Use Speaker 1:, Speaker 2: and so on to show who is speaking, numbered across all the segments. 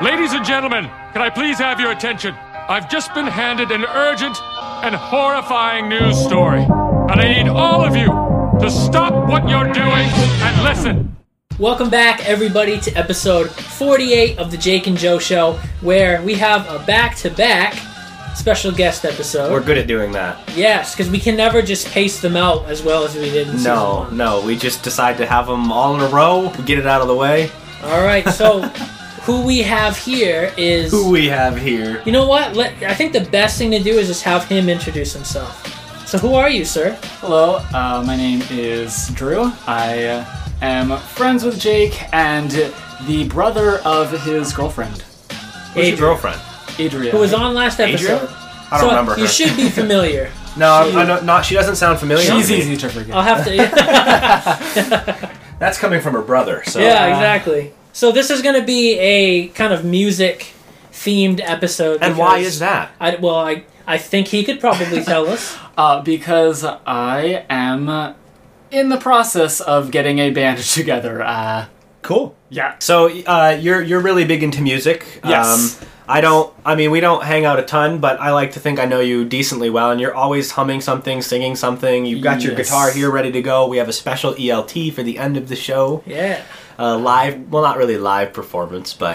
Speaker 1: Ladies and gentlemen, can I please have your attention? I've just been handed an urgent and horrifying news story, and I need all of you to stop what you're doing and listen.
Speaker 2: Welcome back, everybody, to episode 48 of the Jake and Joe Show, where we have a back to back special guest episode.
Speaker 3: We're good at doing that.
Speaker 2: yes, because we can never just pace them out as well as we did in season
Speaker 3: No,
Speaker 2: one.
Speaker 3: no, we just decide to have them all in a row. We get it out of the way.
Speaker 2: All right, so who we have here is.
Speaker 3: Who we have here?
Speaker 2: you know what? Let, I think the best thing to do is just have him introduce himself. So, who are you, sir?
Speaker 4: Hello, uh, my name is Drew. I uh, am friends with Jake and the brother of his girlfriend,
Speaker 3: Who's
Speaker 2: Adrian,
Speaker 3: your girlfriend?
Speaker 4: Adria.
Speaker 2: Who was on last episode.
Speaker 3: Adrian? I don't
Speaker 2: so
Speaker 3: remember
Speaker 2: You
Speaker 3: her.
Speaker 2: should be familiar.
Speaker 3: No, I, I don't, not. She doesn't sound familiar. to
Speaker 4: She's
Speaker 3: me.
Speaker 4: easy to forget.
Speaker 2: I'll have to.
Speaker 3: That's coming from her brother. So uh,
Speaker 2: Yeah, exactly. So this is going to be a kind of music themed episode.
Speaker 3: And why
Speaker 2: because
Speaker 3: is that?
Speaker 2: I, well, I I think he could probably tell us.
Speaker 4: Uh, because I am in the process of getting a band together. Uh,
Speaker 3: Cool.
Speaker 4: yeah.
Speaker 3: So uh, you're you're really big into music. Um,
Speaker 4: Yes.
Speaker 3: I don't. I mean, we don't hang out a ton, but I like to think I know you decently well, and you're always humming something, singing something. You've got your
Speaker 4: Yes.
Speaker 3: guitar here ready to go. We have a special ELT for the end of the show.
Speaker 2: Yeah.
Speaker 3: uh, live well not really live performance but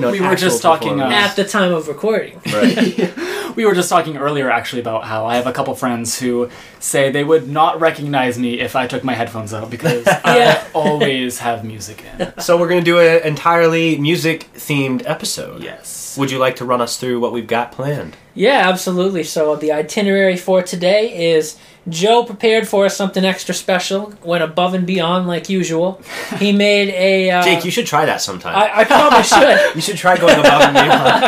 Speaker 3: know
Speaker 4: We
Speaker 3: an
Speaker 4: were
Speaker 3: actual
Speaker 4: just talking, uh,
Speaker 3: performance.
Speaker 2: At the time of recording.
Speaker 3: right.
Speaker 4: We were just talking earlier actually about how I have a couple friends who say they would not recognize me if I took my headphones out because
Speaker 2: Yeah.
Speaker 4: I always have music in.
Speaker 3: so we're gonna do an entirely music themed episode
Speaker 4: Yes.
Speaker 3: would you like to run us through what we've got planned
Speaker 2: Yeah, absolutely. So the itinerary for today is Joe prepared for us something extra special, went above and beyond like usual. He made a. Uh,
Speaker 3: jake you should try that sometime
Speaker 2: I, I probably should.
Speaker 3: you should try going above and beyond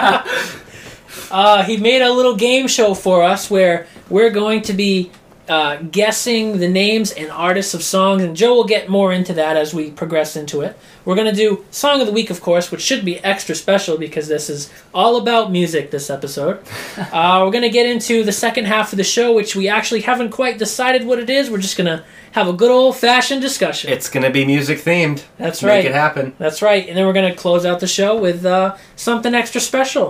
Speaker 2: Uh, he made a little game show for us where we're going to be uh, guessing the names and artists of songs, and Joe will get more into that as we progress into it. We're going to do Song of the Week, of course, which should be extra special because this is all about music this episode. uh, we're going to get into the second half of the show, which we actually haven't quite decided what it is. We're just going to have a good old fashioned discussion.
Speaker 3: it's gonna be music themed
Speaker 2: That's
Speaker 3: make
Speaker 2: right.
Speaker 3: it happen
Speaker 2: That's right. And then we're going to close out the show with uh, something extra special.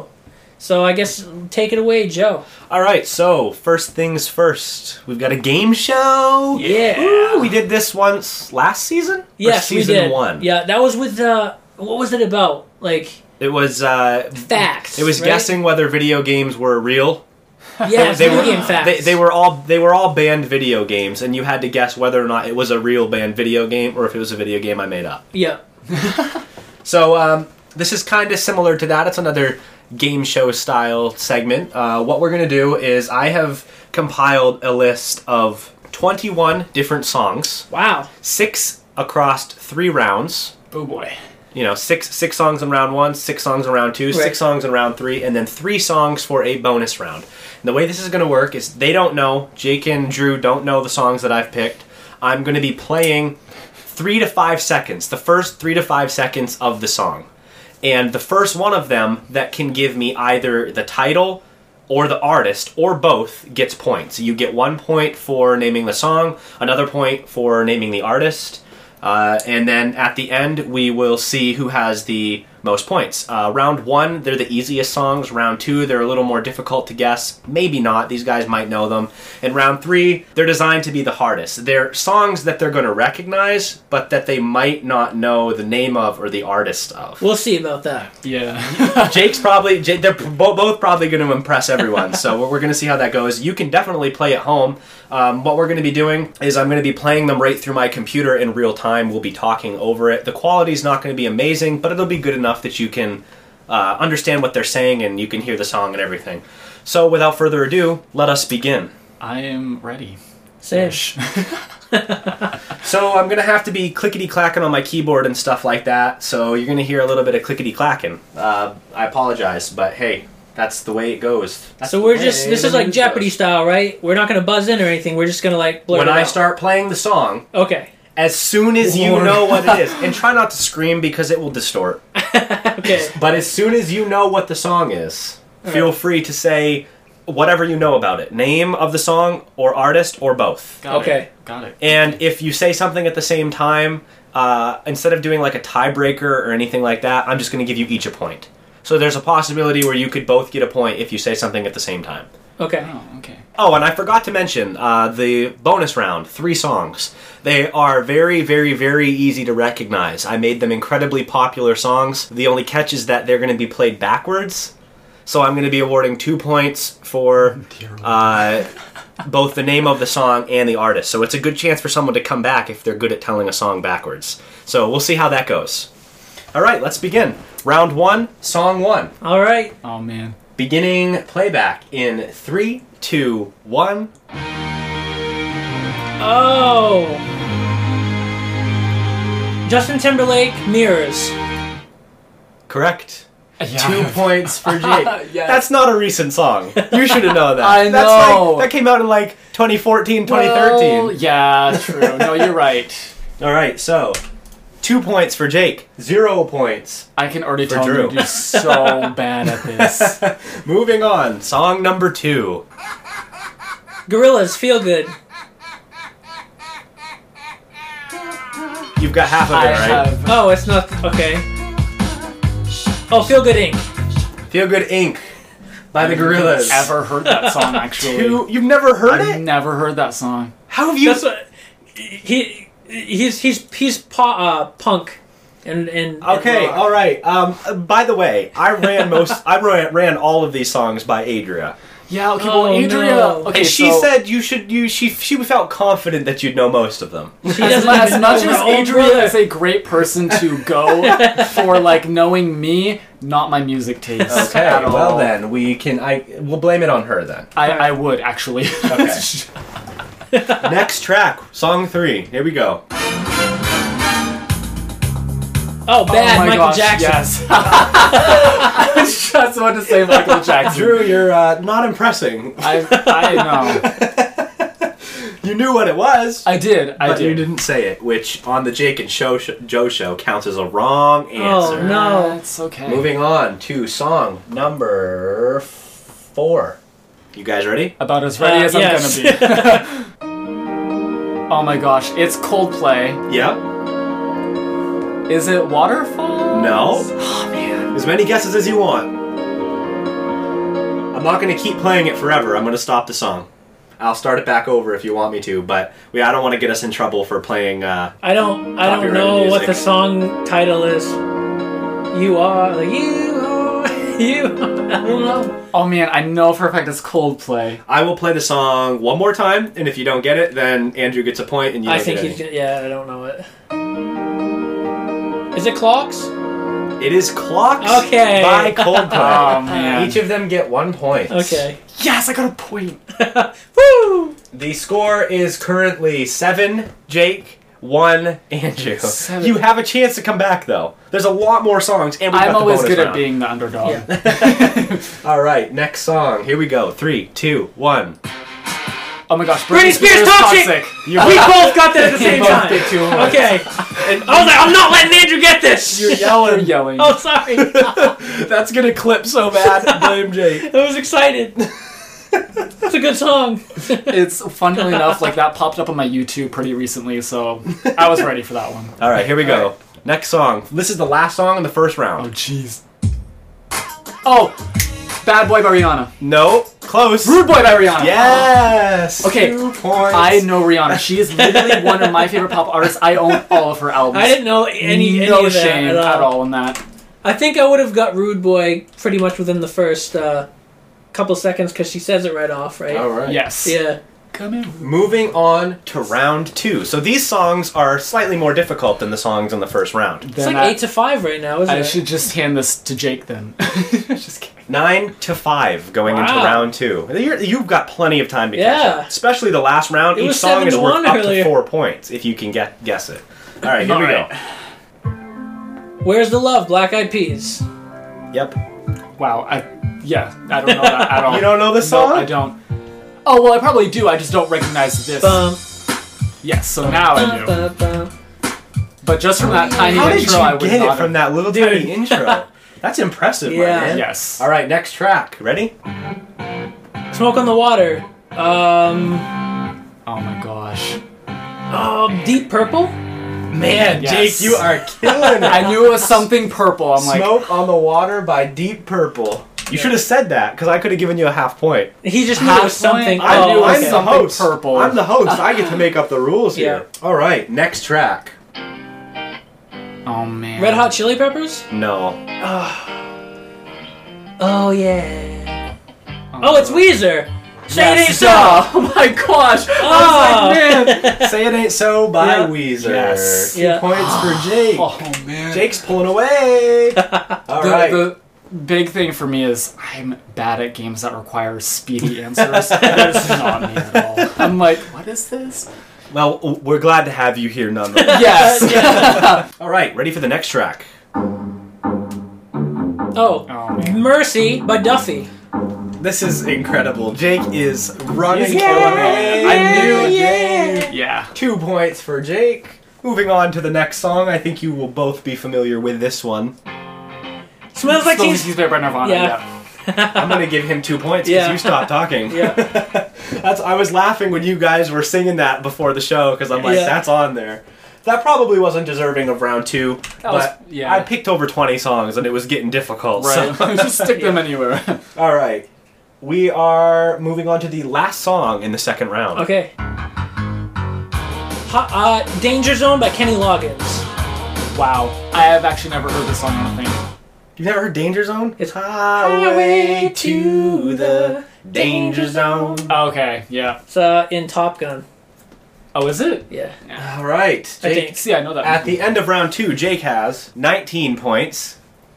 Speaker 2: So I guess take it away, Joe.
Speaker 3: all right so first things first we've got a game show
Speaker 2: Yeah.
Speaker 3: Ooh, we did this once last season Or
Speaker 2: Yes,
Speaker 3: season
Speaker 2: we did.
Speaker 3: one
Speaker 2: Yeah, that was with uh, what was it about? Like
Speaker 3: it was uh
Speaker 2: facts.
Speaker 3: it was
Speaker 2: right?
Speaker 3: guessing whether video games were real
Speaker 2: Yeah,
Speaker 3: they
Speaker 2: video
Speaker 3: were
Speaker 2: game facts.
Speaker 3: They, they were all they were all banned video games, and you had to guess whether or not it was a real banned video game or if it was a video game I made up.
Speaker 2: Yeah.
Speaker 3: So um, this is kind of similar to that. It's another game show style segment. Uh, what we're gonna do is I have compiled a list of 21 different songs,
Speaker 2: Wow.
Speaker 3: six across three rounds.
Speaker 4: Oh boy.
Speaker 3: You know, six six songs in round one, six songs in round two,
Speaker 2: Right.
Speaker 3: six songs in round three, and then three songs for a bonus round. And the way this is going to work is they don't know. Jake and Drew don't know the songs that I've picked. I'm going to be playing three to five seconds, the first three to five seconds of the song, and the first one of them that can give me either the title or the artist or both gets points. You get one point for naming the song, another point for naming the artist. Uh, and then at the end, we will see who has the most points. Uh, round one, they're the easiest songs. Round two, they're a little more difficult to guess. Maybe not. These guys might know them. And round three, they're designed to be the hardest. They're songs that they're going to recognize, but that they might not know the name of or the artist of.
Speaker 2: We'll see about that.
Speaker 4: Yeah.
Speaker 3: Jake's probably Jake, they're bo- both probably going to impress everyone. so we're, we're going to see how that goes. You can definitely play at home. Um, what we're going to be doing is I'm going to be playing them right through my computer in real time. We'll be talking over it. The quality's not going to be amazing, but it'll be good enough that you can uh, understand what they're saying and you can hear the song and everything. So without further ado, let us begin.
Speaker 4: I am ready.
Speaker 2: Same.
Speaker 3: So I'm gonna have to be clickety clacking on my keyboard and stuff like that. So you're gonna hear a little bit of clickety clacking. Uh, I apologize, but hey, that's the way it goes. That's
Speaker 2: So
Speaker 3: the
Speaker 2: we're
Speaker 3: way
Speaker 2: just this
Speaker 3: the
Speaker 2: is like
Speaker 3: news
Speaker 2: Jeopardy
Speaker 3: goes.
Speaker 2: style, right? We're not gonna buzz in or anything. We're just gonna like blurt
Speaker 3: When
Speaker 2: it
Speaker 3: I
Speaker 2: out.
Speaker 3: start playing the song,
Speaker 2: Okay.
Speaker 3: as soon as you
Speaker 4: Lord.
Speaker 3: know what it is, and try not to scream because it will distort.
Speaker 2: Okay.
Speaker 3: But as soon as you know what the song is, feel free to say whatever you know about it, name of the song or artist or both.
Speaker 4: Got
Speaker 2: Okay.
Speaker 4: It. Got it.
Speaker 3: And if you say something at the same time, uh, instead of doing like a tiebreaker or anything like that, I'm just going to give you each a point. So there's a possibility where you could both get a point if you say something at the same time.
Speaker 2: Okay.
Speaker 4: Oh, okay.
Speaker 3: Oh, and I forgot to mention uh, the bonus round, three songs. They are very, very, very easy to recognize. I made them incredibly popular songs. The only catch is that they're going to be played backwards. So I'm going to be awarding two points for uh, both the name of the song and the artist. So it's a good chance for someone to come back if they're good at telling a song backwards. So we'll see how that goes. All right, let's begin. Round one, song one.
Speaker 2: All right.
Speaker 4: Oh man.
Speaker 3: Beginning playback in three, two, one.
Speaker 2: Oh. Justin Timberlake mirrors.
Speaker 3: Correct. Two
Speaker 4: Yeah.
Speaker 3: points for Jake.
Speaker 4: Yes.
Speaker 3: That's not a recent song. You should have known that.
Speaker 4: I
Speaker 3: That's
Speaker 4: know.
Speaker 3: Like, that came out in like 2014, 2013.
Speaker 4: Well, yeah, true. No, you're right.
Speaker 3: All right, so two points for Jake, zero points.
Speaker 4: I can already tell
Speaker 3: Drew.
Speaker 4: you do so bad at this.
Speaker 3: Moving on, song number two.
Speaker 2: Gorillas feel good.
Speaker 3: You've got half of it,
Speaker 4: I
Speaker 3: right?
Speaker 4: have
Speaker 2: Oh, it's not okay. Oh, feel good ink.
Speaker 3: Feel Good Inc. by the Gorillas.
Speaker 4: ever heard that song actually.
Speaker 3: Two, you've never heard it?
Speaker 4: I've never heard that song.
Speaker 3: How have you?
Speaker 2: That's what he he's he's he's pa, uh, punk and and and
Speaker 3: Okay, Oh
Speaker 2: rock.
Speaker 3: all right. Um, by the way, I ran most. I ran, ran all of these songs by Adria.
Speaker 4: Yeah, okay,
Speaker 2: Oh,
Speaker 4: well Andrea
Speaker 2: no.
Speaker 4: okay,
Speaker 3: and she
Speaker 4: so
Speaker 3: said you should. You she she felt confident that you'd know most of them.
Speaker 2: She
Speaker 4: as,
Speaker 2: doesn't
Speaker 4: mu- as
Speaker 2: even
Speaker 4: much
Speaker 2: know
Speaker 4: as
Speaker 2: her own
Speaker 4: Adria
Speaker 2: brother.
Speaker 4: is a great person to go for like knowing me, not my music taste. at all.
Speaker 3: well then we can. I we'll blame it on her then.
Speaker 4: I, I would actually.
Speaker 3: Okay. Next track, song three. Here we go.
Speaker 2: oh, bad
Speaker 4: oh my
Speaker 2: Michael
Speaker 4: gosh,
Speaker 2: Jackson.
Speaker 4: Yes. I was just wanted to say Michael Jackson.
Speaker 3: Drew, you're uh, not impressing.
Speaker 4: I, I know.
Speaker 3: You knew what it was,
Speaker 4: I did. I
Speaker 3: but
Speaker 4: did.
Speaker 3: you didn't say it, which on the Jake and Show sh- Joe show counts as a wrong
Speaker 4: Oh,
Speaker 3: answer.
Speaker 2: no.
Speaker 4: That's okay.
Speaker 3: Moving on to song number four. You guys ready?
Speaker 4: About as ready
Speaker 2: Uh,
Speaker 4: as
Speaker 2: yes.
Speaker 4: I'm gonna be. oh my gosh, it's Coldplay.
Speaker 3: Yeah.
Speaker 4: Is it Waterfall?
Speaker 3: No. Oh man. As many guesses as you want. I'm not gonna keep playing it forever. I'm gonna stop the song. I'll start it back over if you want me to, but we I don't want to get us in trouble for playing. Uh,
Speaker 2: I don't I don't
Speaker 3: Copyrighted
Speaker 2: know what
Speaker 3: music.
Speaker 2: the song title is. You are like you are you. Are, I don't know.
Speaker 4: Oh man, I know for a fact it's Coldplay.
Speaker 3: I will play the song one more time, and if you don't get it, then Andrew gets a point, and you.
Speaker 2: I
Speaker 3: don't
Speaker 2: think
Speaker 3: get
Speaker 2: he's gonna- yeah. I don't know it. Is it clocks?
Speaker 3: any. It is clocks
Speaker 2: Okay.
Speaker 3: by Coldplay.
Speaker 4: Oh man.
Speaker 3: Each of them get one point.
Speaker 2: Okay.
Speaker 4: Yes, I got a point.
Speaker 2: Woo!
Speaker 3: The score is currently seven, Jake, one, Andrew.
Speaker 4: Seven.
Speaker 3: You have a chance to come back though. There's a lot more songs, and we got
Speaker 4: I'm
Speaker 3: the
Speaker 4: always
Speaker 3: bonus
Speaker 4: good at
Speaker 3: round.
Speaker 4: being the underdog.
Speaker 2: Yeah.
Speaker 3: All right, next song. Here we go. Three, two, one.
Speaker 4: Oh my gosh,
Speaker 2: Britney Spears toxic!
Speaker 3: You
Speaker 2: We both got that at the
Speaker 3: You
Speaker 2: same
Speaker 3: both
Speaker 2: time.
Speaker 3: did two in one.
Speaker 2: Okay.
Speaker 3: and oh,
Speaker 2: I was like, I'm not letting Andrew get this.
Speaker 3: you're
Speaker 4: You're
Speaker 3: yelling.
Speaker 4: yelling.
Speaker 2: oh, sorry. I
Speaker 3: That's gonna clip so bad. Blame Jake.
Speaker 2: was excited. It's a good song.
Speaker 4: It's funnily enough, like that popped up on my YouTube pretty recently, so I was ready for that one.
Speaker 3: All right, here we go. Next song. This is the last song in the first
Speaker 4: Oh
Speaker 3: round.
Speaker 4: jeez. Oh, Bad Boy by Rihanna.
Speaker 3: No, close.
Speaker 4: Rude Boy by Rihanna.
Speaker 3: Yes.
Speaker 4: Okay,
Speaker 3: Two points.
Speaker 4: I know Rihanna. She is literally one of my favorite pop artists. I own all of her albums.
Speaker 2: I didn't know any,
Speaker 4: no
Speaker 2: any of that
Speaker 4: shame
Speaker 2: at, all.
Speaker 4: in that.
Speaker 2: I think I would have got Rude Boy pretty much within the first uh, couple seconds because she says it right off, right?
Speaker 3: All right.
Speaker 4: Yes.
Speaker 2: Yeah.
Speaker 4: Come in.
Speaker 3: Moving on to round two. So these songs are slightly more difficult than the songs in the first round.
Speaker 2: It's
Speaker 4: Then
Speaker 2: like
Speaker 4: I,
Speaker 2: eight to five right now, isn't
Speaker 4: I
Speaker 2: it?
Speaker 4: should just hand this to Jake then. just kidding.
Speaker 3: Nine to five going into
Speaker 2: Wow.
Speaker 3: round two. You're, you've got plenty of time to catch
Speaker 2: Yeah.
Speaker 3: up. Especially the last round.
Speaker 2: It
Speaker 3: Each
Speaker 2: was
Speaker 3: song
Speaker 2: seven
Speaker 3: is
Speaker 2: to
Speaker 3: worth
Speaker 2: one
Speaker 3: up to
Speaker 2: earlier.
Speaker 3: four points if you can get guess it. All right, here we
Speaker 4: All
Speaker 2: Where's the love, Black Eyed Peas?
Speaker 3: go. Yep.
Speaker 4: Wow. I yeah. I don't know that at all.
Speaker 3: You don't know this
Speaker 4: No,
Speaker 3: song?
Speaker 4: I don't. Oh well, I probably do. I just don't recognize this.
Speaker 2: Bum,
Speaker 4: yes. So now I
Speaker 2: bum,
Speaker 4: do.
Speaker 2: bum, bum.
Speaker 4: But just from that tiny
Speaker 3: How did
Speaker 4: intro, I would
Speaker 3: you get
Speaker 4: not
Speaker 3: it from
Speaker 4: have-
Speaker 3: that little tiny intro? That's impressive,
Speaker 2: Yeah.
Speaker 3: my man.
Speaker 4: Yes.
Speaker 3: All right, next track. Ready?
Speaker 2: Smoke on the Water. Um,
Speaker 4: Oh my gosh.
Speaker 2: um, Deep Purple?
Speaker 3: Man,
Speaker 4: Yes.
Speaker 3: Jake, you are killing it.
Speaker 4: I knew it was something purple. I'm like,
Speaker 3: Smoke on the Water by Deep Purple. You should have said that because I could have given you a half point.
Speaker 2: He just knew
Speaker 4: Half
Speaker 2: it was something.
Speaker 4: point? I
Speaker 2: oh,
Speaker 4: knew it was
Speaker 2: okay.
Speaker 4: something. purple.
Speaker 3: I'm the host. I get to make up the rules
Speaker 2: Yeah.
Speaker 3: here. All right, next track.
Speaker 4: oh man.
Speaker 2: Red Hot Chili Peppers?
Speaker 3: No.
Speaker 2: Oh, yeah. Oh, it's Weezer. Say it ain't
Speaker 4: Yes.
Speaker 2: so.
Speaker 4: Oh my gosh.
Speaker 2: Oh.
Speaker 3: Say It Ain't So by
Speaker 2: Yeah.
Speaker 3: Weezer.
Speaker 4: Yes.
Speaker 3: Two
Speaker 2: Yeah.
Speaker 3: points for Jake.
Speaker 4: Oh man.
Speaker 3: Jake's pulling away. All
Speaker 4: the,
Speaker 3: right.
Speaker 4: the big thing for me is I'm bad at games that require speedy answers. that is not me at all. I'm like, what is this?
Speaker 3: Well, w- we're glad to have you here nonetheless.
Speaker 4: Yes.
Speaker 3: All right, ready for the next track.
Speaker 2: Oh.
Speaker 4: Oh, man.
Speaker 2: Mercy by Duffy.
Speaker 3: This is incredible. Jake is running
Speaker 4: He's killing
Speaker 3: away.
Speaker 4: it. I knew it.
Speaker 3: Jake.
Speaker 4: Yeah.
Speaker 3: Two points for Jake. Moving on to the next song, I think you will both be familiar with this one.
Speaker 2: Smells like
Speaker 4: Still
Speaker 2: teen
Speaker 4: used by Nirvana.
Speaker 2: Yeah.
Speaker 4: Yeah.
Speaker 3: I'm gonna give him two points because
Speaker 2: Yeah.
Speaker 3: you stopped talking.
Speaker 2: Yeah.
Speaker 3: that's I was laughing when you guys were singing that before the show because I'm like,
Speaker 2: Yeah.
Speaker 3: that's on there. That probably wasn't deserving of round two, but
Speaker 4: was- yeah.
Speaker 3: I picked over 20 songs and it was getting difficult. so-
Speaker 4: Right. Just stick them anywhere.
Speaker 3: All right. We are moving on to the last song in the second round.
Speaker 2: Okay. Ha- uh, Danger Zone by Kenny Loggins.
Speaker 4: Wow. I have actually never heard this song. I don't think.
Speaker 3: You've never heard Danger Zone?
Speaker 2: It's
Speaker 3: highway to the danger zone.
Speaker 4: Okay. Yeah.
Speaker 2: It's uh, in Top Gun.
Speaker 4: Oh, is it?
Speaker 2: Yeah.
Speaker 3: All right.
Speaker 2: I
Speaker 3: Jake,
Speaker 2: think.
Speaker 4: See, I know that.
Speaker 3: at the end of round two, Jake has 19 points,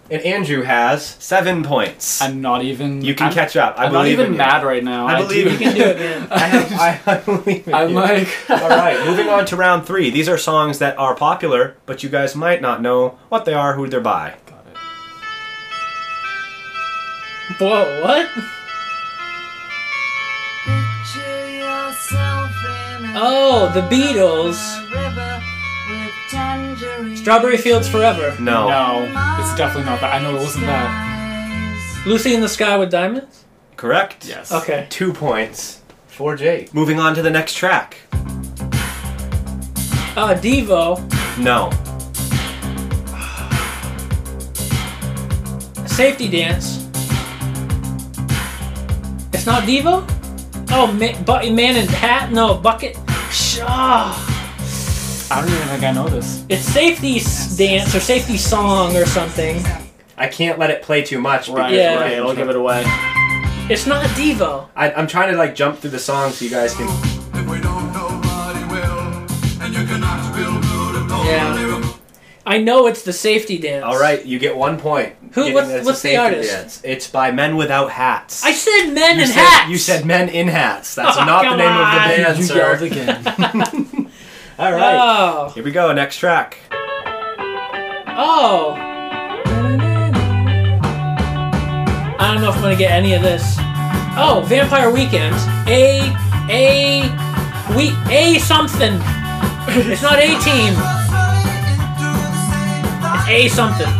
Speaker 3: and Andrew has 7 points.
Speaker 4: I'm not even.
Speaker 3: you can
Speaker 4: I'm,
Speaker 3: catch up. I
Speaker 4: I'm not
Speaker 3: believe
Speaker 4: even
Speaker 3: in you.
Speaker 4: mad right now.
Speaker 3: I believe
Speaker 4: do.
Speaker 3: you can do it, man. I, have, I, I believe in
Speaker 4: I'm
Speaker 3: you.
Speaker 4: like,
Speaker 3: All right, moving on to round three. These are songs that are popular, but you guys might not know what they are, who they're by.
Speaker 2: Whoa, what?
Speaker 5: Picture yourself in a
Speaker 2: Oh, the Beatles.
Speaker 5: river with tangerines.
Speaker 2: Strawberry Fields Forever.
Speaker 3: No.
Speaker 4: no, it's definitely not that. I know it wasn't that.
Speaker 5: Eyes.
Speaker 2: Lucy in the Sky with Diamonds?
Speaker 3: Correct?
Speaker 4: Yes.
Speaker 2: Okay.
Speaker 3: Two points for Jake. Moving on to the next track.
Speaker 2: Uh, Devo.
Speaker 3: No.
Speaker 2: Safety Dance. It's not Devo? Oh, ma- bu- Man in Hat? No, Bucket. Sh- ah.
Speaker 4: I don't even think I know this.
Speaker 2: It's Safety s- Dance or Safety Song or something.
Speaker 3: I can't let it play too much because
Speaker 4: Right.
Speaker 2: Yeah.
Speaker 3: right, it'll give it away.
Speaker 2: It's not Devo.
Speaker 3: I, I'm trying to like jump through the song so you guys can.
Speaker 6: If we don't, nobody will. And you cannot build beautiful.
Speaker 2: Yeah.
Speaker 6: lyrical
Speaker 2: I know it's the Safety Dance.
Speaker 3: All right, you get one point.
Speaker 2: Who-
Speaker 3: Given
Speaker 2: what's-
Speaker 3: that it's a
Speaker 2: what's the
Speaker 3: safety
Speaker 2: artist?
Speaker 3: dance. It's by Men Without Hats.
Speaker 2: I said men
Speaker 3: you
Speaker 2: in
Speaker 3: said,
Speaker 2: hats.
Speaker 3: You said Men in Hats. That's
Speaker 2: Oh,
Speaker 3: not the
Speaker 2: come
Speaker 3: name
Speaker 2: on.
Speaker 3: of the band,
Speaker 4: you
Speaker 3: sir.
Speaker 4: yelled again.
Speaker 3: All right.
Speaker 2: Oh.
Speaker 3: Here we go. Next track.
Speaker 2: Oh. I don't know if I'm gonna get any of this. Oh, Vampire Weekend. A a we a something. It's not a team. It's a something.
Speaker 4: Nope,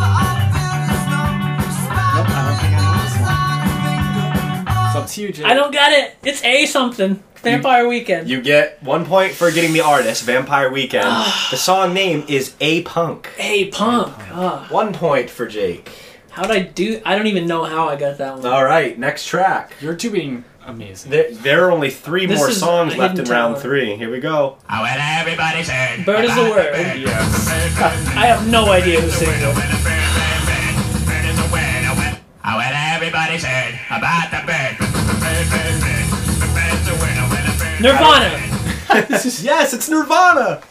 Speaker 4: I don't think I know this one. It's up to you, Jake.
Speaker 2: I don't got it. It's a something. Vampire Weekend.
Speaker 3: You get one point for getting the artist, Vampire Weekend. the song name is A Punk.
Speaker 2: A punk. Ah,
Speaker 3: One point for Jake.
Speaker 2: how'd I do? I don't even know how I got that one.
Speaker 3: All right, next track.
Speaker 4: You're doing amazing.
Speaker 3: There, there are only three
Speaker 2: This
Speaker 3: more
Speaker 2: is-
Speaker 3: songs
Speaker 2: I
Speaker 3: left in
Speaker 2: didn't
Speaker 3: round
Speaker 2: tell her.
Speaker 3: three. Here we go.
Speaker 6: Oh, well, everybody said.
Speaker 2: Bird is the word.
Speaker 4: Yes.
Speaker 2: I have no idea who sings it.
Speaker 6: Oh, well, everybody's heard about the bird. Bird, bird, bird. The bird's a winner, winner, bird.
Speaker 2: Nirvana.
Speaker 3: Yes, it's Nirvana.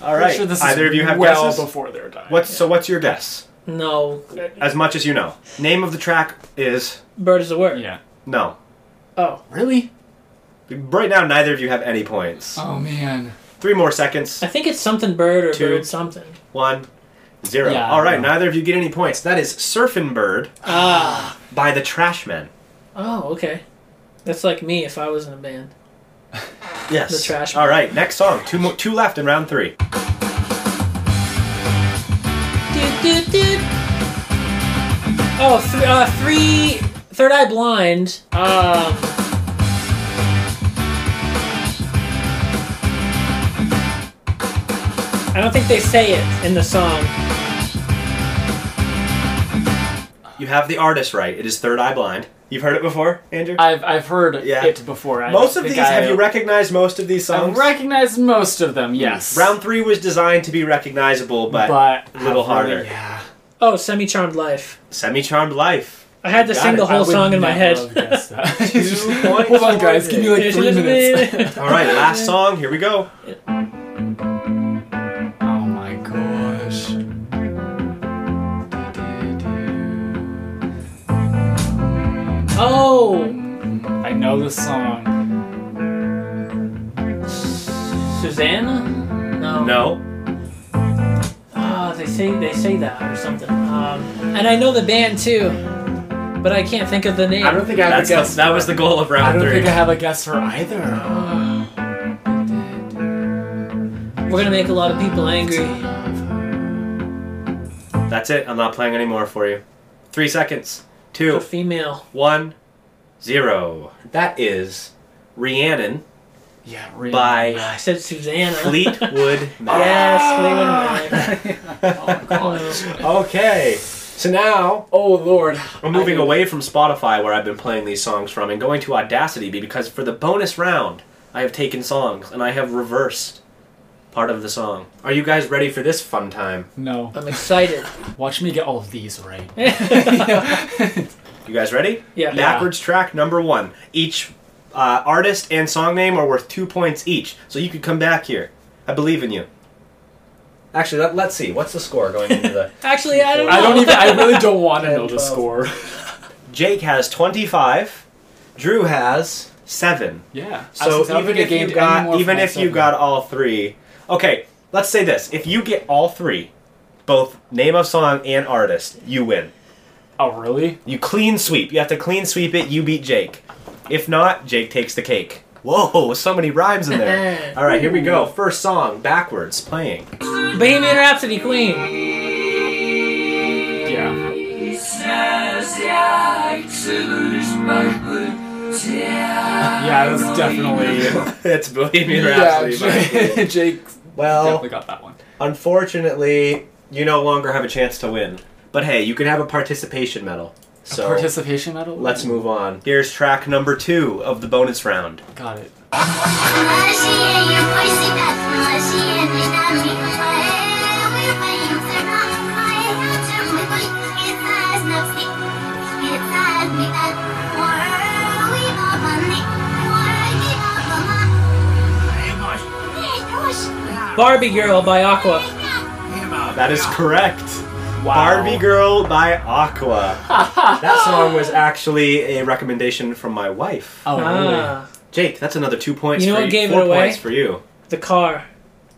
Speaker 3: All right.
Speaker 4: Sure, this is
Speaker 3: Either of you have
Speaker 4: well
Speaker 3: guesses?
Speaker 4: before their time.
Speaker 3: What's so? What's your guess?
Speaker 2: No.
Speaker 3: As much as you know. Name of the track is
Speaker 2: Bird is a word.
Speaker 4: Yeah.
Speaker 3: no.
Speaker 2: Oh.
Speaker 4: Really?
Speaker 3: Right now, neither of you have any points.
Speaker 4: Oh man.
Speaker 3: Three more seconds.
Speaker 2: I think it's something bird or
Speaker 3: Two.
Speaker 2: bird something.
Speaker 3: One, zero.
Speaker 4: Yeah,
Speaker 3: All right,
Speaker 4: no.
Speaker 3: neither of you get any points. That is Surfin' Bird
Speaker 2: Ah.
Speaker 3: by the Trashmen.
Speaker 2: Oh, okay. That's like me if I was in a band.
Speaker 3: Yes.
Speaker 2: The Trashmen.
Speaker 3: All right, next song. Two mo- two left in round three.
Speaker 2: Oh, th- uh, three. Third Eye Blind. Um. I don't think they say it in the song.
Speaker 3: You have the artist right. It is Third Eye Blind. You've heard it before, Andrew?
Speaker 4: I've I've heard
Speaker 3: Yeah.
Speaker 4: it before. I
Speaker 3: most
Speaker 4: don't
Speaker 3: of
Speaker 4: think
Speaker 3: these,
Speaker 4: I-
Speaker 3: have you recognized most of these
Speaker 4: I've
Speaker 3: songs?
Speaker 4: recognized most of them. Yes.
Speaker 3: Round three was designed to be recognizable, but,
Speaker 4: but
Speaker 3: a little
Speaker 4: I've
Speaker 3: harder.
Speaker 4: really- yeah.
Speaker 2: Oh, Semi Charmed Life.
Speaker 3: Semi Charmed Life.
Speaker 2: I had to
Speaker 3: Got
Speaker 2: sing
Speaker 3: it.
Speaker 2: the
Speaker 4: I
Speaker 2: whole
Speaker 4: would
Speaker 2: song in my
Speaker 4: never
Speaker 2: head.
Speaker 4: have guessed that.
Speaker 3: points
Speaker 4: Hold on, guys. Give me like three minutes.
Speaker 3: All right, last song. Here we go.
Speaker 4: oh my gosh.
Speaker 2: oh,
Speaker 4: I know this song.
Speaker 2: Susanna? No.
Speaker 3: No.
Speaker 2: Ah, they say they say that or something. Um, and I know the band too, but I can't think of the name.
Speaker 4: I don't think I have a
Speaker 3: That's
Speaker 4: guess.
Speaker 3: the, that was the goal of
Speaker 4: I
Speaker 3: round
Speaker 4: don't
Speaker 3: three.
Speaker 4: think I have a guess for either.
Speaker 2: Ah, We're gonna make a lot of people angry.
Speaker 3: That's it. I'm not playing anymore for you. Three seconds.
Speaker 2: For
Speaker 3: Two,
Speaker 2: female.
Speaker 3: one, zero. That is Rhiannon
Speaker 4: Yeah, really.
Speaker 2: I
Speaker 3: by
Speaker 2: said Susanna.
Speaker 3: Fleetwood Mac.
Speaker 2: yes, Fleetwood Mac. Oh,
Speaker 3: Okay. So now
Speaker 4: Oh lord.
Speaker 3: I'm moving away from Spotify, where I've been playing these songs from, and going to Audacity because for the bonus round, I have taken songs and I have reversed part of the song. Are you guys ready for this fun time?
Speaker 4: No.
Speaker 2: I'm excited.
Speaker 4: Watch me get all of these right.
Speaker 3: You guys ready?
Speaker 2: Yeah.
Speaker 3: Backwards track number one. Each uh, artist and song name are worth two points each, so you could come back here. I believe in you. Actually, let, let's see. What's the score going into the?
Speaker 2: Actually, I don't know.
Speaker 4: I don't even. I really don't want to know the
Speaker 3: 12.
Speaker 4: score.
Speaker 3: Jake has twenty-five. Drew has seven.
Speaker 4: Yeah.
Speaker 3: So even if you got, even if you got all three, okay. Let's say this: if you get all three, both name of song and artist, you win.
Speaker 4: Oh really?
Speaker 3: You clean sweep. You have to clean sweep it. You beat Jake. If not, Jake takes the cake. Whoa, so many rhymes in there. All right, here we go. First song, backwards, playing.
Speaker 2: Bohemian Rhapsody, Queen.
Speaker 4: Yeah. Yeah, that's definitely.
Speaker 3: it's Bohemian
Speaker 4: Yeah, Jake, Jake definitely
Speaker 3: well,
Speaker 4: got that one.
Speaker 3: unfortunately, you no longer have a chance to win. But hey, you can have a participation medal. So
Speaker 4: Participation medal.
Speaker 3: let's move on. Here's track number two of the bonus round.
Speaker 4: Got it.
Speaker 2: Barbie Girl by Aqua.
Speaker 3: That is correct.
Speaker 4: Wow.
Speaker 3: Barbie Girl by Aqua. that song was actually a recommendation from my wife.
Speaker 4: Oh really?
Speaker 2: Ah,
Speaker 3: Jake, that's another two points
Speaker 2: You know
Speaker 3: for
Speaker 2: what
Speaker 3: you.
Speaker 2: gave
Speaker 3: Four
Speaker 2: it away?
Speaker 3: points for you.
Speaker 2: the car.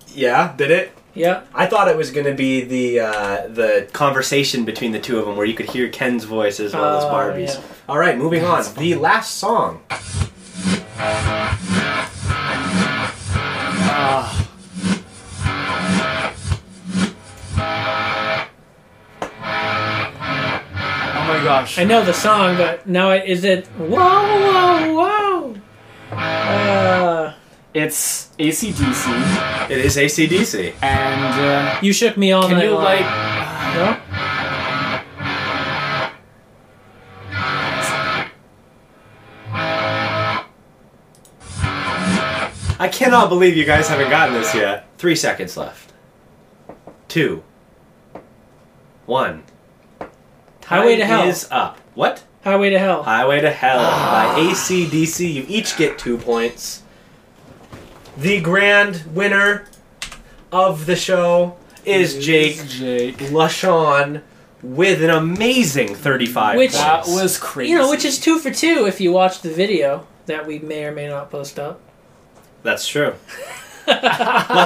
Speaker 3: Yeah, did it?
Speaker 2: Yep.
Speaker 3: I thought it was going to be the uh, the conversation between the two of them where you could hear Ken's voice as well as
Speaker 2: Oh,
Speaker 3: Barbie's.
Speaker 2: yeah.
Speaker 3: All right, moving on. The last song.
Speaker 4: Ah. Oh my gosh.
Speaker 2: I know the song, but now I, is it? Whoa, whoa, whoa. Uh,
Speaker 4: It's ACDC,
Speaker 3: It is ACDC.
Speaker 4: and uh,
Speaker 2: you shook me all
Speaker 4: can
Speaker 2: night
Speaker 4: you
Speaker 2: long.
Speaker 4: like?
Speaker 2: No?
Speaker 3: I cannot believe you guys haven't gotten this yet. Three seconds left. Two. One. Time
Speaker 2: Highway to Hell.
Speaker 3: is up. What?
Speaker 2: Highway to Hell.
Speaker 3: Highway to Hell by
Speaker 4: Ah.
Speaker 3: ACDC. You each get two points. The grand winner of the show is Jake
Speaker 4: Jake.
Speaker 3: LaShawn with an amazing 35
Speaker 2: Which-
Speaker 4: That
Speaker 3: points.
Speaker 4: was crazy.
Speaker 2: You know, which is two for two if you watch the video that we may or may not post up.
Speaker 3: That's true. Let,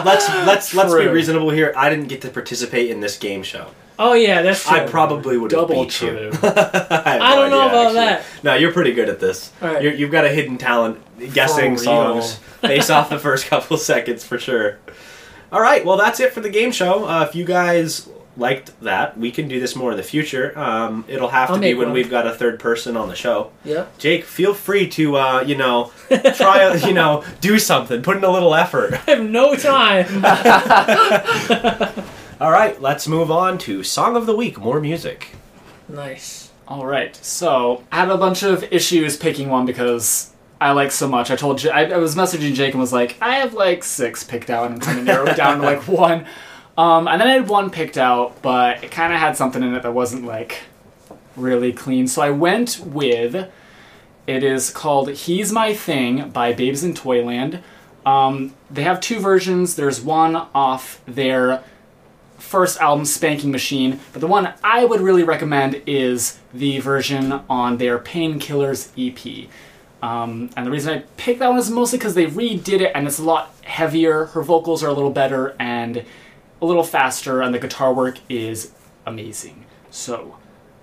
Speaker 3: let's let's let's be
Speaker 4: True.
Speaker 3: reasonable here. I didn't get to participate in this game show.
Speaker 2: Oh yeah, that's true.
Speaker 3: I probably would have
Speaker 4: double
Speaker 3: beat you.
Speaker 4: true.
Speaker 3: I, have
Speaker 2: I don't
Speaker 3: no
Speaker 2: know about that.
Speaker 3: No, you're pretty good at this.
Speaker 2: All right.
Speaker 3: You're, you've got a hidden talent guessing
Speaker 4: For real.
Speaker 3: songs based off the first couple seconds for sure. All right, well that's it for the game show. Uh, if you guys liked that. We can do this more in the future. Um, it'll have
Speaker 2: I'll
Speaker 3: to be
Speaker 2: make
Speaker 3: when
Speaker 2: one.
Speaker 3: we've got a third person on the show.
Speaker 2: Yeah.
Speaker 3: Jake, feel free to uh, you know try you know do something, put in a little effort.
Speaker 2: I have no time.
Speaker 3: All right, let's move on to song of the week. More music.
Speaker 2: nice.
Speaker 4: All right, so I had a bunch of issues picking one because I like so much. I told J- I, I was messaging Jake and was like, I have like six picked out, and I'm trying to narrow it down to like one. Um, and then I had one picked out, but it kind of had something in it that wasn't like really clean. So I went with it is called "He's My Thing" by Babes in Toyland. Um, they have two versions. There's one off their first album, Spanking Machine, but the one I would really recommend is the version on their Painkillers EP. Um, and the reason I picked that one is mostly because they redid it and it's a lot heavier. Her vocals are a little better and a little faster, and the guitar work is amazing. So,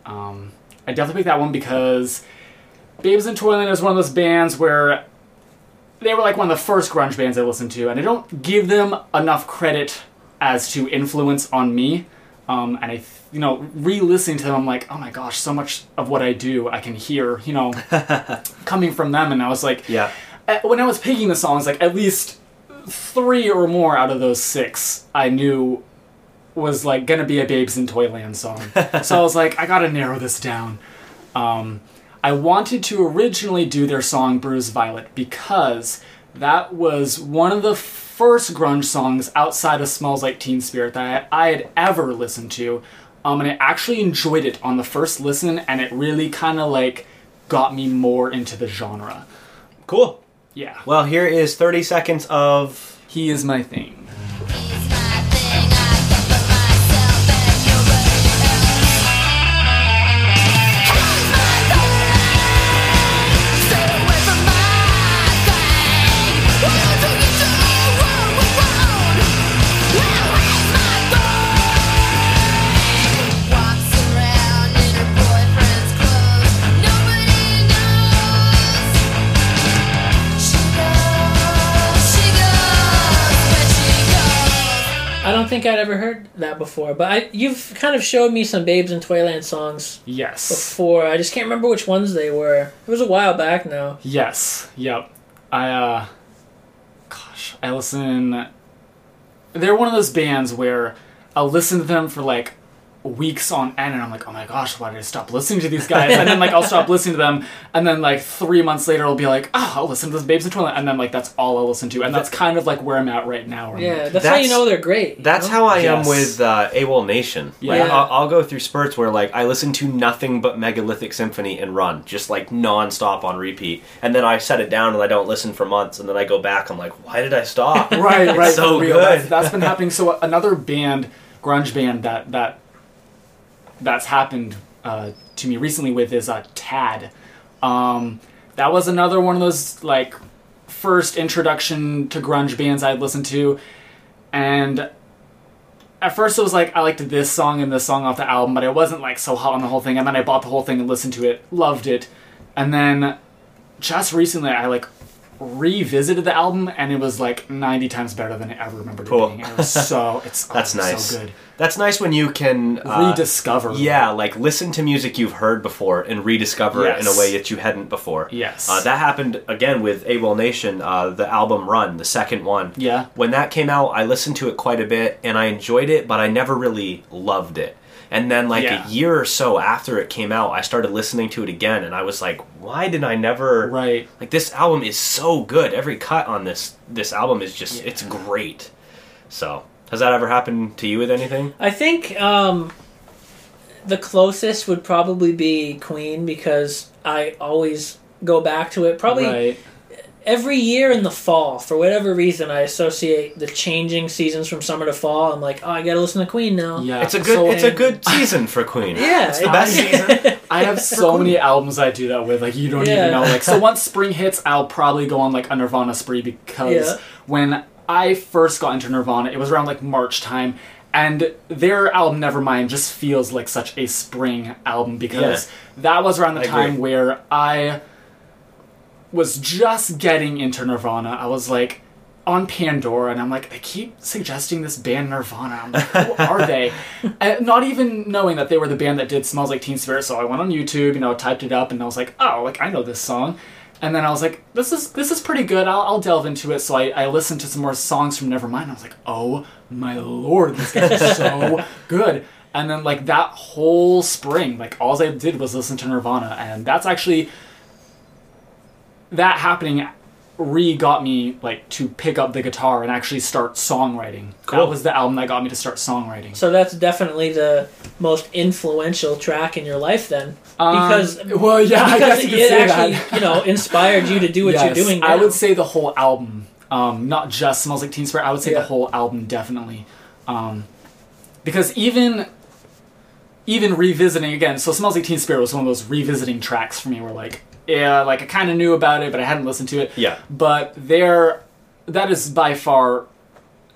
Speaker 4: um, I definitely picked that one because Babes in Toyland is one of those bands where they were like one of the first grunge bands I listened to, and I don't give them enough credit as to influence on me. Um, and I, th- you know, re-listening to them, I'm like, oh my gosh, so much of what I do I can hear, you know, coming from them. And I was like,
Speaker 3: Yeah.
Speaker 4: uh, when I was picking the songs, like at least three or more out of those six, I knew was like gonna be a Babes in Toyland song. so I was like, I gotta narrow this down. Um, I wanted to originally do their song Bruise Violet because that was one of the first grunge songs outside of Smells Like Teen Spirit that I, I had ever listened to. Um, and I actually enjoyed it on the first listen, and it really kind of like got me more into the genre.
Speaker 3: Cool.
Speaker 4: Yeah.
Speaker 3: Well, here is 30 seconds of
Speaker 4: He is my thing.
Speaker 2: I don't think I'd ever heard that before, but I, you've kind of showed me some Babes in Toyland songs
Speaker 4: Yes.
Speaker 2: before. I just can't remember which ones they were. It was a while back now.
Speaker 4: Yes. Yep. I uh gosh, I listen they're one of those bands where I'll listen to them for like weeks on end and I'm like, oh my gosh, why did I stop listening to these guys? And then like I'll stop listening to them and then like three months later I'll be like, oh, I'll listen to this Babes in Toyland and then like that's all I'll listen to. And that's kind of like where I'm at right now. where I'm
Speaker 2: Yeah,
Speaker 4: like,
Speaker 2: that's, how you
Speaker 3: Mm, That's-
Speaker 2: know they're great. you
Speaker 3: That's
Speaker 2: know?
Speaker 3: how I am
Speaker 4: Oh, Yes.
Speaker 3: with uh, AWOL Nation. Like,
Speaker 4: Yeah.
Speaker 3: I'll, I'll go through spurts where like I listen to nothing but Megalithic Symphony and run, just like nonstop on repeat, and then I set it down and I don't listen for months, and then I go back. I'm like, why did I stop?
Speaker 4: right, right.
Speaker 3: so
Speaker 4: for real.
Speaker 3: good.
Speaker 4: That's, that's been happening. So uh, another band, grunge band that that that's happened uh, to me recently with is uh, Tad. Um, that was another one of those like first introduction to grunge bands I'd listened to, and at first it was like I liked this song and this song off the album, but I wasn't like so hot on the whole thing. And then I bought the whole thing and listened to it, loved it, and then just recently I like revisited the album and it was like 90 times better than I ever remembered
Speaker 3: Cool.
Speaker 4: it being. It was so it's oh,
Speaker 3: That's
Speaker 4: it's
Speaker 3: nice.
Speaker 4: so good.
Speaker 3: That's nice when you can uh,
Speaker 4: Rediscover.
Speaker 3: Yeah, like listen to music you've heard before and rediscover it in
Speaker 4: Yes.
Speaker 3: a way that you hadn't before.
Speaker 4: Yes.
Speaker 3: Uh, that happened again with AWOL Nation, uh, the album Run, the second one.
Speaker 4: Yeah.
Speaker 3: When that came out, I listened to it quite a bit and I enjoyed it, but I never really loved it. And then, like
Speaker 4: Yeah.
Speaker 3: a year or so after it came out, I started listening to it again and I was like, why did I never.
Speaker 4: Right.
Speaker 3: Like this album is so good. Every cut on this this album is just
Speaker 4: Yeah.
Speaker 3: it's great. So, has that ever happened to you with anything?
Speaker 2: I think um, the closest would probably be Queen because I always go back to it. Probably
Speaker 4: Right.
Speaker 2: every year in the fall, for whatever reason, I associate the changing seasons from summer to fall. I'm like, oh, I gotta listen to Queen now.
Speaker 4: Yeah.
Speaker 3: It's a good
Speaker 4: So-
Speaker 3: it's a good season for Queen.
Speaker 2: yeah,
Speaker 3: the best season.
Speaker 4: I have so many albums I do that with, like you don't
Speaker 2: Yeah.
Speaker 4: even know. Like so once spring hits, I'll probably go on like a Nirvana spree because
Speaker 2: Yeah.
Speaker 4: when I first got into Nirvana, it was around like March time, and their album Nevermind just feels like such a spring album because that was around the
Speaker 3: I
Speaker 4: time
Speaker 3: agree.
Speaker 4: where I was just getting into Nirvana. I was like on Pandora, and I'm like, they keep suggesting this band Nirvana. I'm like, who are they? and not even knowing that they were the band that did Smells Like Teen Spirit. So I went on YouTube, you know, typed it up, and I was like, oh, like I know this song. And then I was like, this is this is pretty good. I'll, I'll delve into it. So I, I listened to some more songs from Nevermind. I was like, oh my lord, this guy's so good. And then like that whole spring, like all I did was listen to Nirvana, and that's actually that happening re got me like to pick up the guitar and actually start songwriting. That was the album that got me to start songwriting.
Speaker 2: So that's definitely the most influential track in your life, then, because
Speaker 4: Um, well, yeah, I
Speaker 2: because
Speaker 4: guess you
Speaker 2: it,
Speaker 4: could say
Speaker 2: actually
Speaker 4: that.
Speaker 2: you know inspired you to do what you're
Speaker 4: Yes,
Speaker 2: doing. Now.
Speaker 4: I would say the whole album, um, not just "Smells Like Teen Spirit." I would say
Speaker 2: Yeah.
Speaker 4: the whole album definitely, um, because even even revisiting again. So "Smells Like Teen Spirit" was one of those revisiting tracks for me. Where like, yeah, like I kind of knew about it, but I hadn't listened to it.
Speaker 3: Yeah.
Speaker 4: But there, that is by far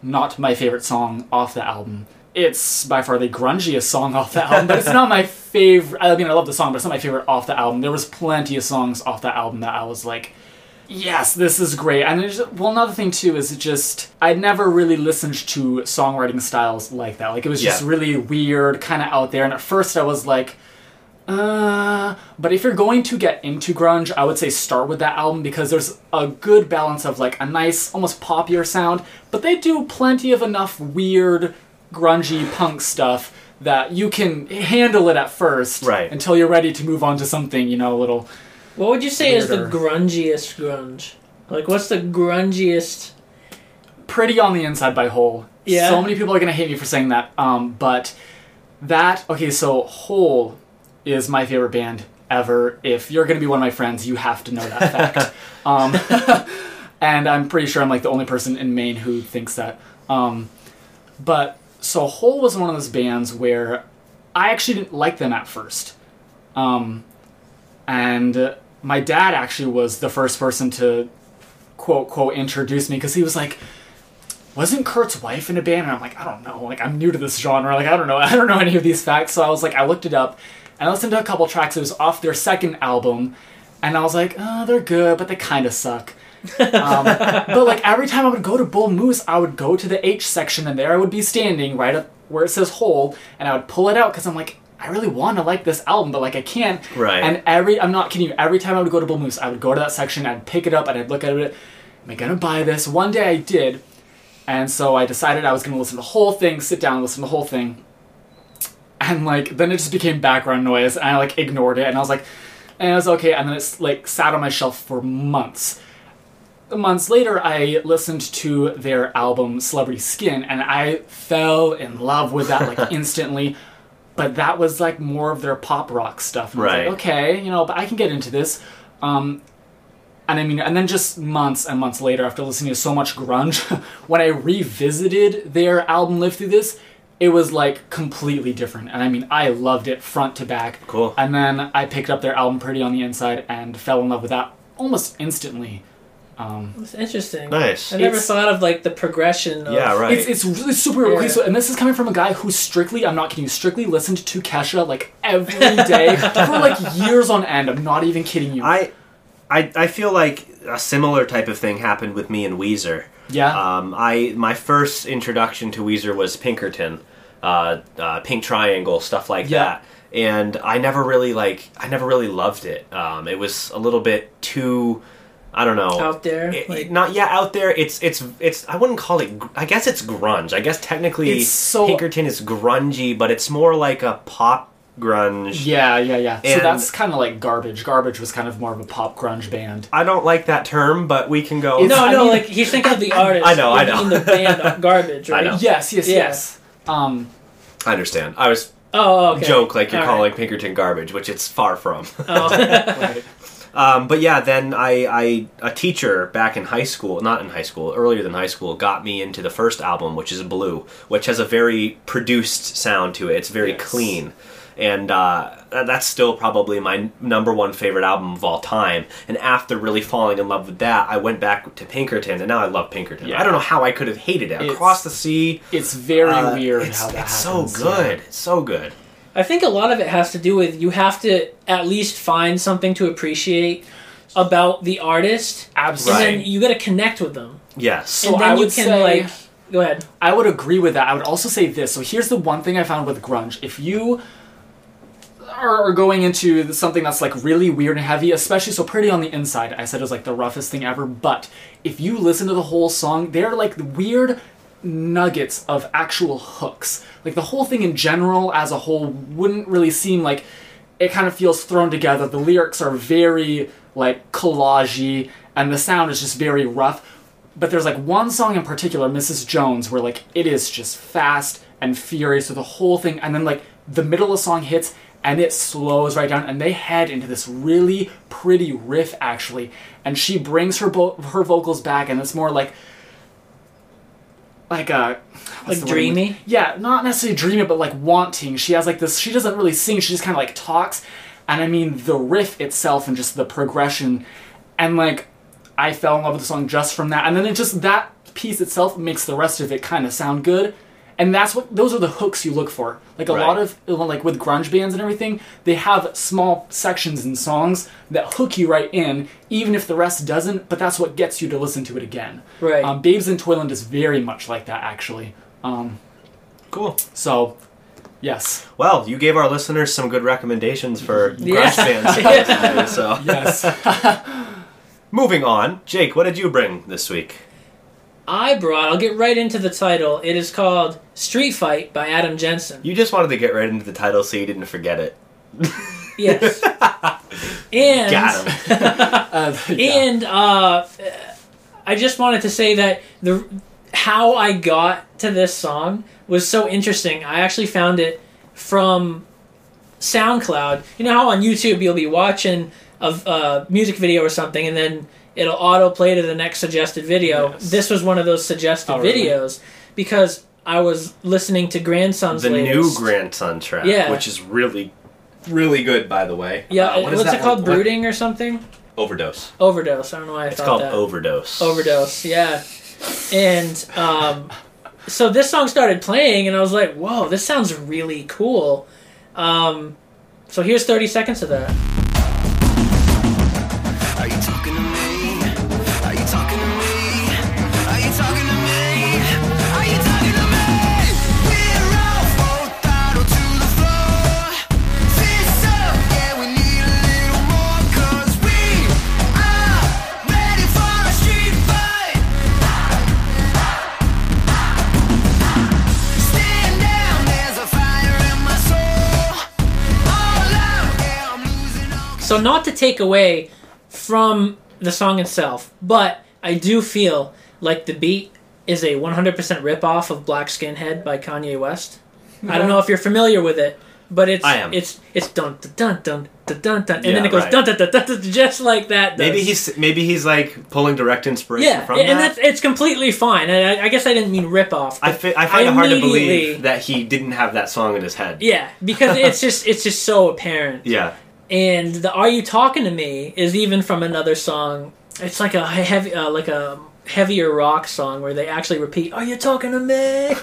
Speaker 4: not my favorite song off the album. It's by far the grungiest song off the album, but it's not my favorite. I mean, I love the song, but it's not my favorite off the album. There was plenty of songs off the album that I was like, yes, this is great. And there's, well, another thing too is it just I never really listened to songwriting styles like that. Like it was just
Speaker 3: Yeah.
Speaker 4: really weird, kind of out there. And at first, I was like, uh, but if you're going to get into grunge, I would say start with that album because there's a good balance of like a nice, almost poppier sound, but they do plenty of enough weird, grungy punk stuff that you can handle it at first
Speaker 3: Right.
Speaker 4: until you're ready to move on to something, you know, a little.
Speaker 2: what would you say is the
Speaker 4: Weirder.
Speaker 2: grungiest grunge? Like, what's the grungiest?
Speaker 4: Pretty on the Inside by Hole.
Speaker 2: Yeah.
Speaker 4: So many people are gonna hate me for saying that. Um, but that okay, so Hole is my favorite band ever. If you're gonna be one of my friends, you have to know that fact. um, and I'm pretty sure I'm like the only person in Maine who thinks that. Um, but so Hole was one of those bands where I actually didn't like them at first. Um, and uh, my dad actually was the first person to quote quote introduce me because he was like wasn't Kurt's wife in a band? And I'm like, I don't know. Like, I'm new to this genre. Like, I don't know. I don't know any of these facts. So I was like, I looked it up and I listened to a couple tracks. It was off their second album. And I was like, oh, they're good, but they kind of suck. um, but like every time I would go to Bull Moose, I would go to the H section, and there I would be standing right up where it says hole, and I would pull it out because I'm like, I really want to like this album, but like I can't.
Speaker 3: Right.
Speaker 4: And every I'm not kidding you. Every time I would go to Bull Moose, I would go to that section, I'd pick it up, and I'd look at it. Am I gonna buy this? One day I did, and so I decided I was gonna listen to the whole thing, sit down, and listen to the whole thing, and like then it just became background noise, and I like ignored it, and I was like, and it was okay, and then it's like sat on my shelf for months months later, I listened to their album Celebrity Skin, and I fell in love with that like instantly. But that was like more of their pop rock stuff. And I was like,
Speaker 3: Right.
Speaker 4: okay, you know, but I can get into this. Um, and I mean, and then just months and months later, after listening to so much grunge, when I revisited their album Live Through This, it was like completely different. And I mean, I loved it front to back.
Speaker 3: Cool.
Speaker 4: And then I picked up their album Pretty on the Inside and fell in love with that almost instantly.
Speaker 2: It's interesting.
Speaker 3: Nice.
Speaker 2: I never
Speaker 4: It's-
Speaker 2: thought of like the progression. Of,
Speaker 3: Yeah, right.
Speaker 4: It's, it's really super okay,
Speaker 2: Yeah.
Speaker 4: so- and this is coming from a guy who strictly, I'm not kidding you, strictly listened to Kesha like every day for like years on end. I'm not even kidding you.
Speaker 3: I, I, I feel like a similar type of thing happened with me and Weezer.
Speaker 4: yeah.
Speaker 3: Um, I my first introduction to Weezer was Pinkerton, uh, uh, Pink Triangle, stuff like
Speaker 4: Yeah.
Speaker 3: that, and I never really like I never really loved it. Um, it was a little bit too, I don't know,
Speaker 2: Out there,
Speaker 3: It-
Speaker 2: like-
Speaker 3: not yeah, out there. It's it's it's I wouldn't call it. gr- I guess it's grunge. I guess technically
Speaker 4: It's so-
Speaker 3: Pinkerton is grungy, but it's more like a pop grunge.
Speaker 4: yeah, yeah, yeah. So
Speaker 3: and-
Speaker 4: that's kind of like Garbage. Garbage was kind of more of a pop grunge band.
Speaker 3: I don't like that term, but we can go.
Speaker 2: No,
Speaker 4: I
Speaker 2: no,
Speaker 4: mean-
Speaker 2: like he's thinking of the artist.
Speaker 3: I know, I know.
Speaker 2: In the band Garbage,
Speaker 3: I
Speaker 2: right?
Speaker 3: know.
Speaker 4: Yes, yes,
Speaker 2: Yeah.
Speaker 4: yes. Um,
Speaker 3: I understand. I was
Speaker 2: Oh, okay.
Speaker 3: joke like you're
Speaker 2: All
Speaker 3: calling
Speaker 2: right.
Speaker 3: Pinkerton garbage, which it's far from.
Speaker 2: Oh.
Speaker 4: right.
Speaker 3: Um, but yeah, then I, I a teacher back in high school, not in high school, earlier than high school, got me into the first album, which is Blue, which has a very produced sound to it. It's very
Speaker 4: Yes.
Speaker 3: clean, and uh, tha- that's still probably my number one favorite album of all time. And after really falling in love with that, I went back to Pinkerton, and now I love Pinkerton.
Speaker 4: Yeah.
Speaker 3: I don't know how I could have hated it.
Speaker 4: It's
Speaker 3: Across the sea,
Speaker 4: It's very
Speaker 3: uh,
Speaker 4: weird
Speaker 3: It's,
Speaker 4: how that
Speaker 3: it's
Speaker 4: happens.
Speaker 3: so
Speaker 4: yeah.
Speaker 3: good. It's so good.
Speaker 2: I think a lot of it has to do with you have to at least find something to appreciate about the artist, and
Speaker 4: Absolutely.
Speaker 3: Right.
Speaker 2: then you got to connect with them.
Speaker 3: Yes.
Speaker 4: So
Speaker 2: and then
Speaker 4: I
Speaker 2: you
Speaker 4: would
Speaker 2: can
Speaker 4: say-
Speaker 2: like go ahead.
Speaker 4: I would agree with that. I would also say this. So here's the one thing I found with grunge. If you are are going into something that's like really weird and heavy, especially so pretty on the inside, I said it was like the roughest thing ever. But if you listen to the whole song, they're like weird nuggets of actual hooks. Like the whole thing in general, as a whole, wouldn't really seem like it kind of feels thrown together. The lyrics are very like collagey, and the sound is just very rough. But there's like one song in particular, Mrs. Jones, where like it is just fast and furious through the whole thing, and then like the middle of the song hits and it slows right down, and they head into this really pretty riff actually, and she brings her bo- her vocals back, and it's more like like a
Speaker 2: Like
Speaker 4: what's the word I'm
Speaker 2: dreamy?
Speaker 4: yeah, not necessarily dreamy, but like wanting. She has like this. She doesn't really sing. She just kind of like talks. And I mean, the riff itself and just the progression, and like, I fell in love with the song just from that. And then it just that piece itself makes the rest of it kind of sound good. And that's what those are the hooks you look for. Like a lot
Speaker 3: Right.
Speaker 4: of like with grunge bands and everything, they have small sections in songs that hook you right in, even if the rest doesn't. But that's what gets you to listen to it again.
Speaker 2: Right.
Speaker 4: Um, Babes in Toyland is very much like that actually. Um,
Speaker 3: Cool.
Speaker 4: so, yes,
Speaker 3: Well, you gave our listeners some good recommendations for
Speaker 2: Yeah.
Speaker 3: grunge fans. so,
Speaker 4: yes.
Speaker 2: Uh,
Speaker 3: moving on, Jake, what did you bring this week?
Speaker 2: I brought. I'll get right into the title. It is called Street Fight by Adam Jensen.
Speaker 3: You just wanted to get right into the title so you didn't forget it.
Speaker 2: Yes. and
Speaker 3: Got him.
Speaker 4: Uh, yeah.
Speaker 2: and uh, I just wanted to say that the how I got to this song was so interesting. I actually found it from SoundCloud. You know how on YouTube you'll be watching a uh, music video or something, and then it'll autoplay to the next suggested video.
Speaker 4: Yes.
Speaker 2: This was one of those suggested
Speaker 4: Oh, really?
Speaker 2: videos because I was listening to Grandson's
Speaker 3: The new
Speaker 2: latest-
Speaker 3: grandson track,
Speaker 2: Yeah.
Speaker 3: which is really, really good, by the way.
Speaker 2: Yeah,
Speaker 3: Uh,
Speaker 2: what
Speaker 3: is
Speaker 2: what's
Speaker 3: that
Speaker 2: it called?
Speaker 3: one- what-
Speaker 2: Brooding or something?
Speaker 3: Overdose.
Speaker 2: Overdose. I don't know why I
Speaker 3: It's
Speaker 2: thought
Speaker 3: called
Speaker 2: that.
Speaker 3: Overdose.
Speaker 2: overdose yeah and um, so this song started playing and i was like whoa this sounds really cool um, so here's 30 seconds of that
Speaker 7: Are you talking to me? Are you talking to me? Are you talking to me? Are you talking to me? We're all both throttle to the floor. Fists up, yeah, we need a little more 'cause we are ready for a street fight. Stand down, there's a fire in my soul. All out, yeah, I'm losing all
Speaker 2: so not to take away from the song itself but i do feel like the beat is a 100% rip-off of black skinhead by kanye west i don't know if you're familiar with it but it's
Speaker 3: I am.
Speaker 2: it's it's dun dun dun dun dun dun and
Speaker 3: Yeah,
Speaker 2: then it goes
Speaker 3: right.
Speaker 2: dun, dun, dun, dun, dun, just like that does.
Speaker 3: Maybe he's maybe he's like pulling direct inspiration
Speaker 2: yeah,
Speaker 3: from
Speaker 2: and
Speaker 3: that.
Speaker 2: that's it's completely fine. And I, I guess I didn't mean rip off.
Speaker 3: I,
Speaker 2: but
Speaker 3: fi- I find it hard to
Speaker 2: immediately-
Speaker 3: believe that he didn't have that song in his head.
Speaker 2: yeah, because it's just it's just so apparent.
Speaker 3: Yeah.
Speaker 2: And the "Are You Talking to Me" is even from another song. It's like a heavy, uh, like a heavier rock song where they actually repeat "Are you talking to me?"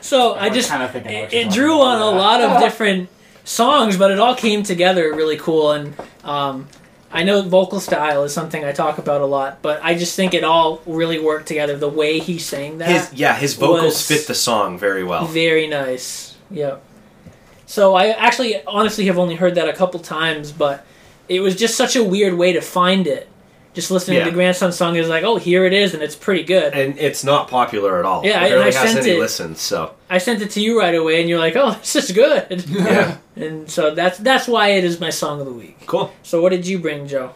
Speaker 2: so I just
Speaker 4: kinda
Speaker 2: it,
Speaker 4: thinking what you're
Speaker 2: it
Speaker 4: talking
Speaker 2: drew
Speaker 4: about,
Speaker 2: on a
Speaker 4: yeah.
Speaker 2: lot of different songs, but it all came together really cool. And um, I know vocal style is something I talk about a lot, but I just think it all really worked together. The way he sang that,
Speaker 3: His yeah, his vocals
Speaker 2: was-
Speaker 3: fit the song very well.
Speaker 2: very nice. Yep. So I actually honestly have only heard that a couple times, but it was just such a weird way to find it. Just listening
Speaker 3: Yeah.
Speaker 2: to the grandson song is like, oh, here it is, and it's pretty good.
Speaker 3: And it's not popular at all.
Speaker 2: Yeah, and
Speaker 3: it
Speaker 2: I
Speaker 3: barely has
Speaker 2: sent
Speaker 3: any
Speaker 2: it-
Speaker 3: listens. So
Speaker 2: I sent it to you right away, and you're like, oh, this is good.
Speaker 3: yeah,
Speaker 2: and so that's that's why it is my song of the week.
Speaker 3: cool.
Speaker 2: So what did you bring, Joe?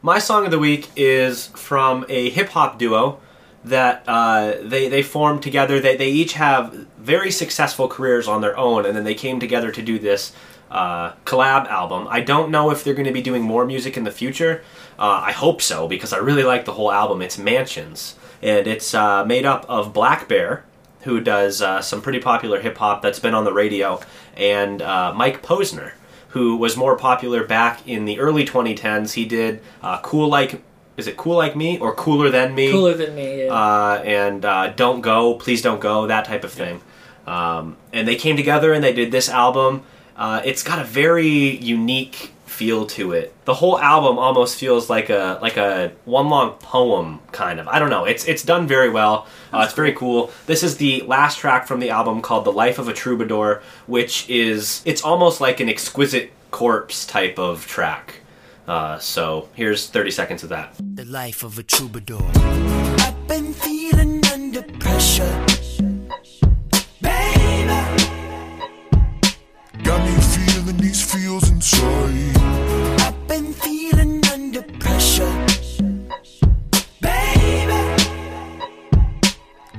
Speaker 3: My song of the week is from a hip hop duo that uh, they they formed together. They they each have very successful careers on their own, and then they came together to do this uh, collab album. I don't know if they're going to be doing more music in the future. Uh, I hope so because I really like the whole album. It's Mansions, and it's uh, made up of Black Bear, who does uh, some pretty popular hip hop that's been on the radio, and uh, Mike Posner, who was more popular back in the early 2010s. He did uh, Cool Like, is it Cool Like Me or Cooler Than Me?
Speaker 2: Cooler than me. yeah.
Speaker 3: uh, and uh, Don't Go, Please Don't Go, that type of thing. Um, and they came together and they did this album. Uh, it's got a very unique feel to it. The whole album almost feels like a like a one long poem kind of. I don't know. It's it's done very well. Uh, it's very cool. This is the last track from the album called "The Life of a Troubadour," which is it's almost like an exquisite corpse type of track. Uh, so here's 30 seconds of that.
Speaker 7: the life of a troubadour. I've been feeling under pressure. Baby,
Speaker 8: Got me feeling these feels inside.
Speaker 7: I've been feeling under pressure. Baby,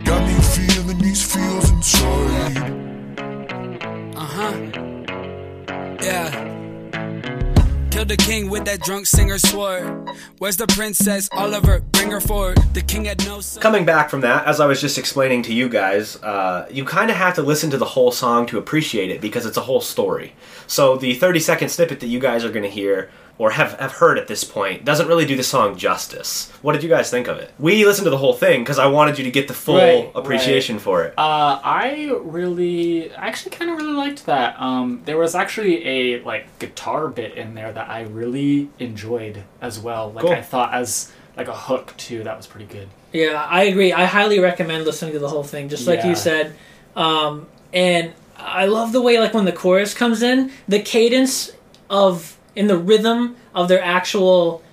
Speaker 8: Got me feeling these feels inside.
Speaker 9: Yeah. Killed the king with that drunk singer sword. Where's the princess Oliver? Bring her forward. The king had no son.
Speaker 3: Coming back from that, as I was just explaining to you guys, uh, you kind of have to listen to the whole song to appreciate it because it's a whole story. So the 30 second snippet that you guys are going to hear or have, have heard at this point doesn't really do the song justice. What did you guys think of it? We listened to the whole thing because I wanted you to get the full
Speaker 4: Right,
Speaker 3: appreciation for it.
Speaker 4: Uh, I really, I actually kind of really liked that. Um, there was actually a like guitar bit in there that I really enjoyed as well. Like
Speaker 3: Cool.
Speaker 4: I thought as like a hook too. That was pretty good.
Speaker 2: Yeah, I agree. I highly recommend listening to the whole thing, just like
Speaker 4: Yeah.
Speaker 2: you said. Um, and I love the way, like, when the chorus comes in, the cadence of and the rhythm of their actual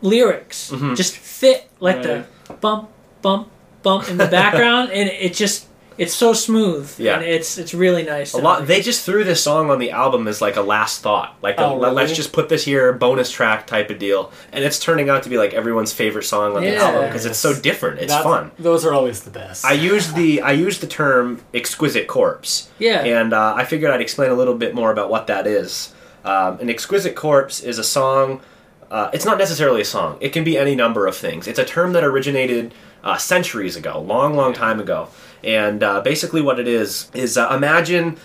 Speaker 2: lyrics
Speaker 3: Mm-hmm.
Speaker 2: just fit like the bump, bump, bump in the background, and it just it's so smooth.
Speaker 3: Yeah.
Speaker 2: and it's it's really nice.
Speaker 3: a lot. They just threw this song on the album as like a last thought, like a,
Speaker 4: Oh, really?
Speaker 3: let's just put this here bonus track type of deal, and it's turning out to be like everyone's favorite song on the
Speaker 2: Yeah.
Speaker 3: album because it's so
Speaker 4: Yes.
Speaker 3: different. It's
Speaker 4: That's-
Speaker 3: fun.
Speaker 4: Those are always the best.
Speaker 3: I used the I used the term exquisite corpse.
Speaker 2: Yeah.
Speaker 3: And uh, I figured I'd explain a little bit more about what that is. Um, an exquisite corpse is a song. Uh, it's not necessarily a song. It can be any number of things. It's a term that originated uh, centuries ago, long, long time ago. And uh, basically, what it is is uh, imagine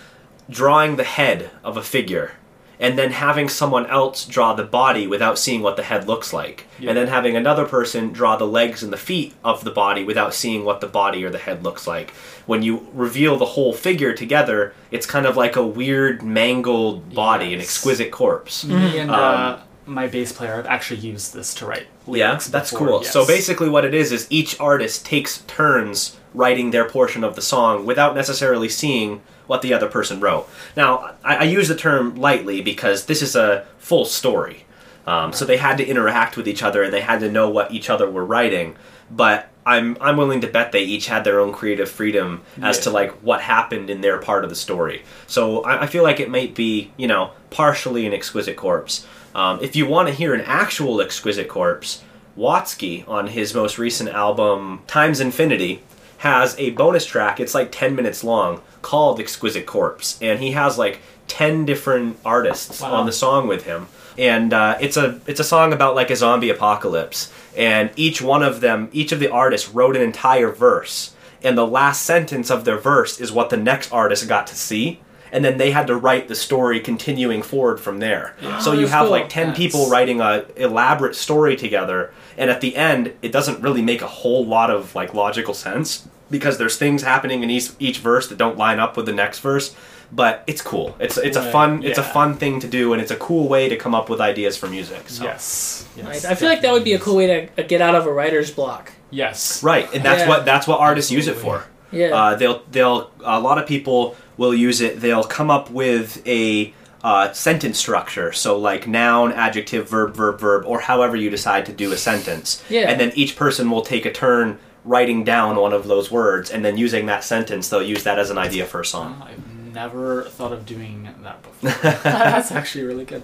Speaker 3: drawing the head of a figure and then having someone else draw the body without seeing what the head looks like and then having another person draw the legs and the feet of the body without seeing what the body or the head looks like when you reveal the whole figure together it's kind of like a weird mangled body an
Speaker 4: Yes.
Speaker 3: exquisite corpse
Speaker 4: Me
Speaker 3: Um,
Speaker 4: and uh, my bass player have actually used this to write.
Speaker 3: yeah
Speaker 4: lyrics
Speaker 3: that's
Speaker 4: before,
Speaker 3: cool
Speaker 4: yes.
Speaker 3: so basically what it is is each artist takes turns writing their portion of the song without necessarily seeing what the other person wrote now i, I use the term lightly because this is a full story um, so they had to interact with each other and they had to know what each other were writing but I'm, I'm willing to bet they each had their own creative freedom as
Speaker 4: Yeah.
Speaker 3: to like what happened in their part of the story so I, I feel like it might be you know partially an exquisite corpse um, if you want to hear an actual exquisite corpse Watsky on his most recent album Times Infinity has a bonus track. It's like 10 minutes long called Exquisite Corpse and he has like 10 different artists
Speaker 4: Wow.
Speaker 3: on the song with him. And uh, it's a it's a song about like a zombie apocalypse and each one of them, each of the artists wrote an entire verse and the last sentence of their verse is what the next artist got to see. And then they had to write the story continuing forward from there. So you
Speaker 2: that's
Speaker 3: have
Speaker 2: cool.
Speaker 3: like ten
Speaker 4: That's-
Speaker 3: people writing a elaborate story together and at the end it doesn't really make a whole lot of like logical sense because there's things happening in each, each verse that don't line up with the next verse but it's cool it's it's a
Speaker 4: Right,
Speaker 3: fun it's a
Speaker 4: yeah.
Speaker 3: fun thing to do and it's a cool way to come up with ideas for music so
Speaker 4: yes,
Speaker 2: I,
Speaker 4: yes
Speaker 2: I feel like that would be a cool way to uh, get out of a writer's block.
Speaker 4: Yes,
Speaker 3: right and that's
Speaker 2: Yeah.
Speaker 3: what that's what artists use it for
Speaker 2: Yeah,
Speaker 3: Uh, they'll they'll a lot of people will use it. They'll come up with a uh, sentence structure, so like noun, adjective, verb, verb, verb, or however you decide to do a sentence.
Speaker 2: Yeah.
Speaker 3: And then each person will take a turn writing down one of those words, and then using that sentence, they'll use that as an idea for a song.
Speaker 4: Um, I've never thought of doing that before. that's actually really good.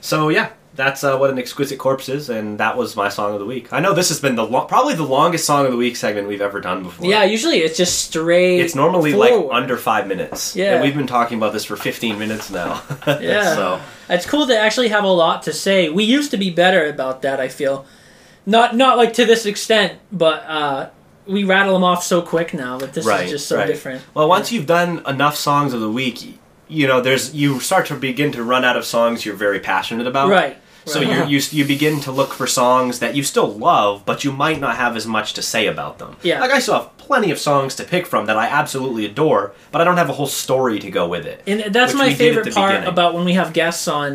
Speaker 3: So yeah, that's uh, what an exquisite corpse is, and that was my song of the week. I know this has been the lo- probably the longest song of the week segment we've ever done before.
Speaker 2: yeah. Usually it's just straight.
Speaker 3: It's normally
Speaker 2: forward.
Speaker 3: like under five minutes.
Speaker 2: Yeah.
Speaker 3: And we've been talking about this for 15 minutes now.
Speaker 2: Yeah.
Speaker 3: so.
Speaker 2: It's cool to actually have a lot to say. We used to be better about that. I feel, not not like to this extent, but uh, we rattle them off so quick now that this is just so different.
Speaker 3: Well, once you've done enough songs of the week, y- you know, there's you start to begin to run out of songs you're very passionate about.
Speaker 2: right.
Speaker 3: So
Speaker 2: right. Uh-huh.
Speaker 3: you you you begin to look for songs that you still love, but you might not have as much to say about them.
Speaker 2: Yeah.
Speaker 3: Like I still have plenty of songs to pick from that I absolutely adore, but I don't have a whole story to go with it.
Speaker 2: and that's
Speaker 3: which
Speaker 2: my
Speaker 3: we did at
Speaker 2: favorite
Speaker 3: the
Speaker 2: part
Speaker 3: beginning.
Speaker 2: about when we have guests on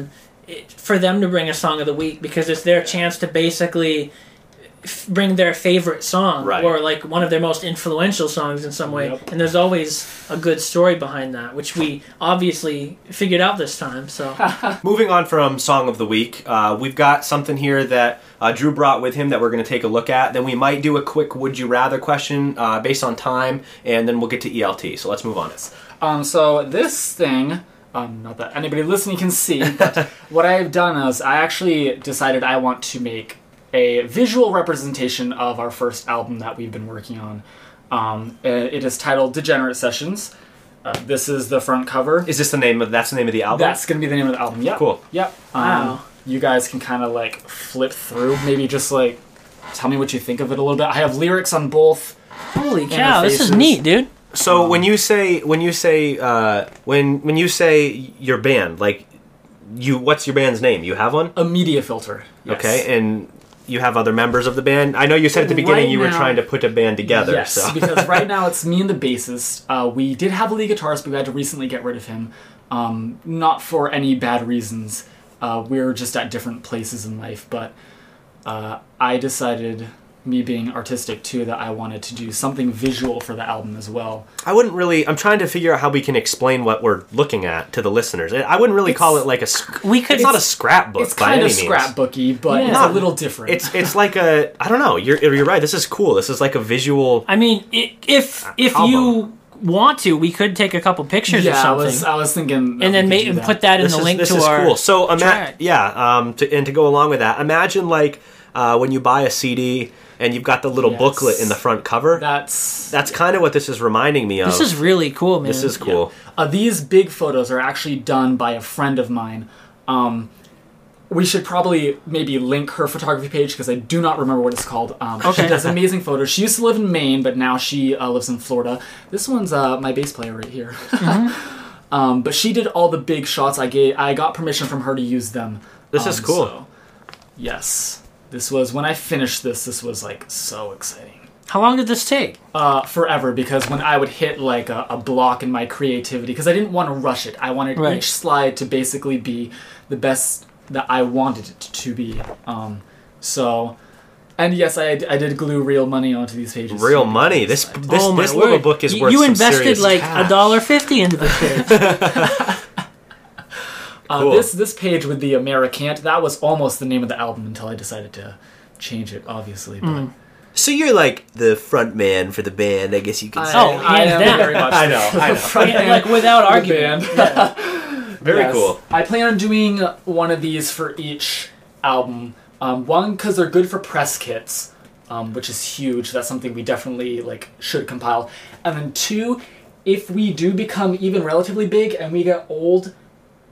Speaker 2: it, for them to bring a song of the week because it's their chance to basically f- bring their favorite song
Speaker 3: Right.
Speaker 2: or like one of their most influential songs in some way.
Speaker 4: Yep.
Speaker 2: And there's always a good story behind that, which we obviously figured out this time. So
Speaker 3: Moving on from Song of the Week, uh, we've got something here that uh, Drew brought with him that we're going to take a look at. Then we might do a quick Would You Rather question uh, based on time, and then we'll get to ELT. So let's move on.
Speaker 4: Um, so this thing, um, not that anybody listening can see, but what I've done is I actually decided I want to make a visual representation of our first album that we've been working on. Um, uh, it is titled Degenerate Sessions. Uh, this is the front cover.
Speaker 3: Is this the name of that's the name of the album?
Speaker 4: That's going to be the name of the album. Yep.
Speaker 3: Cool.
Speaker 4: Yep. Um,
Speaker 2: Wow.
Speaker 4: You guys can kind of like flip through, maybe just like tell me what you think of it a little bit. I have lyrics on both.
Speaker 2: holy cow, this is
Speaker 4: Interfaces.
Speaker 2: neat, dude.
Speaker 3: so when you say when you say uh, when when you say your band, like you, what's your band's name? You have one,
Speaker 4: A media filter. Yes.
Speaker 3: okay, and you have other members of the band. I know you said at the beginning
Speaker 4: Right
Speaker 3: you were
Speaker 4: now-
Speaker 3: trying to put a band together.
Speaker 4: Yes,
Speaker 3: so.
Speaker 4: because right now it's me and the bassist. Uh, we did have a lead guitarist, but we had to recently get rid of him. Um, not for any bad reasons. Uh, we are just at different places in life, but uh, I decided, me being artistic too, that I wanted to do something visual for the album as well.
Speaker 3: I wouldn't really. I'm trying to figure out how we can explain what we're looking at to the listeners. I wouldn't really call it like a. sc-
Speaker 2: We could-
Speaker 3: It's not a scrapbook.
Speaker 4: It's
Speaker 3: by
Speaker 4: kind
Speaker 3: any
Speaker 4: of
Speaker 3: means.
Speaker 4: scrapbooky, but it's
Speaker 2: Yeah.
Speaker 4: a little different.
Speaker 3: It's it's like a. I don't know. You're you're right. This is cool. This is like a visual.
Speaker 2: I mean, i- if if
Speaker 3: album.
Speaker 2: you want to, we could take a couple pictures or
Speaker 4: yeah, I
Speaker 2: something,
Speaker 4: was, I was thinking, that
Speaker 2: and then make
Speaker 4: we could do
Speaker 2: and put that in
Speaker 3: This
Speaker 2: the
Speaker 3: is,
Speaker 2: link
Speaker 3: this
Speaker 2: to
Speaker 3: is
Speaker 2: our
Speaker 3: cool. So imagine
Speaker 2: track.
Speaker 3: yeah. Um. To, and to go along with that, imagine like uh, when you buy a CD and you've got the little
Speaker 4: Yes.
Speaker 3: booklet in the front cover.
Speaker 4: That's
Speaker 3: That's kind of what this is reminding me of.
Speaker 2: This is really cool, man.
Speaker 3: This is cool.
Speaker 4: Uh, these big photos are actually done by a friend of mine. Um, we should probably maybe link her photography page because I do not remember what it's called. Um,
Speaker 2: Okay.
Speaker 4: She does amazing photos. She used to live in Maine, but now she uh, lives in Florida. This one's uh, my bass player right here.
Speaker 3: Mm-hmm.
Speaker 4: um, but she did all the big shots. I gave. I got permission from her to use them.
Speaker 3: This is
Speaker 4: Um,
Speaker 3: cool.
Speaker 4: so, yes, this was when I finished this. This was like so exciting
Speaker 2: How long did this take?
Speaker 4: uh, forever because when I would hit like a, a block in my creativity, because I didn't want to rush it, I wanted
Speaker 2: Right.
Speaker 4: each slide to basically be the best that I wanted it to be. Um, so, and yes, I, I did glue real money onto these pages.
Speaker 3: Real money. This this
Speaker 2: oh my
Speaker 3: this little
Speaker 2: word.
Speaker 3: book is
Speaker 2: Y-
Speaker 3: worth.
Speaker 2: You
Speaker 3: some
Speaker 2: invested
Speaker 3: serious
Speaker 2: like
Speaker 3: cash.
Speaker 2: a dollar fifty into this thing.
Speaker 4: Uh,
Speaker 3: cool.
Speaker 4: This this page with the Americant that was almost the name of the album until I decided to change it. Obviously, but
Speaker 3: So you're like the front man for the band. I guess you can.
Speaker 4: I,
Speaker 3: say.
Speaker 2: Oh,
Speaker 4: I
Speaker 2: hands
Speaker 4: am
Speaker 2: down.
Speaker 4: very much.
Speaker 3: I know, I know.
Speaker 4: front
Speaker 2: like without
Speaker 4: of the
Speaker 2: argument.
Speaker 4: band.
Speaker 3: Very
Speaker 4: Yes.
Speaker 3: cool.
Speaker 4: I plan on doing one of these for each album. Um, one because they're good for press kits, um, which is huge. That's something we definitely like should compile. And then two, if we do become even relatively big and we get old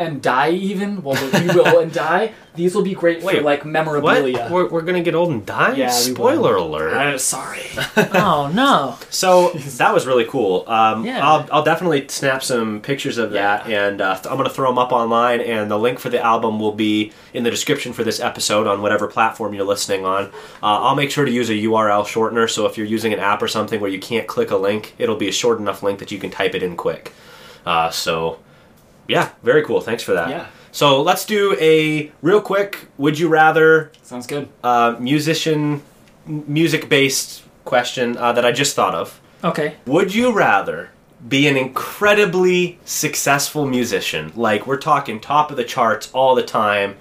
Speaker 4: and die even, well, we will and die. These will be great for
Speaker 3: Wait,
Speaker 4: like
Speaker 3: What?
Speaker 4: memorabilia.
Speaker 3: We're, we're gonna get old and die?
Speaker 4: Yeah, we
Speaker 3: Spoiler
Speaker 4: will.
Speaker 3: alert.
Speaker 4: Uh, sorry.
Speaker 2: Oh no!
Speaker 3: So that was really cool. Um,
Speaker 2: Yeah.
Speaker 3: I'll, I'll definitely snap some pictures of that, and uh, I'm gonna throw them up online. And the link for the album will be in the description for this episode on whatever platform you're listening on. Uh, I'll make sure to use a URL shortener, so if you're using an app or something where you can't click a link, it'll be a short enough link that you can type it in quick. Uh, so, yeah, very cool. Thanks for that.
Speaker 4: Yeah.
Speaker 3: So let's do a real quick. Would you rather
Speaker 4: Sounds good.
Speaker 3: uh, musician music based question uh, that I just thought of.
Speaker 2: Okay,
Speaker 3: Would you rather be an incredibly successful musician, like we're talking top of the charts all the time,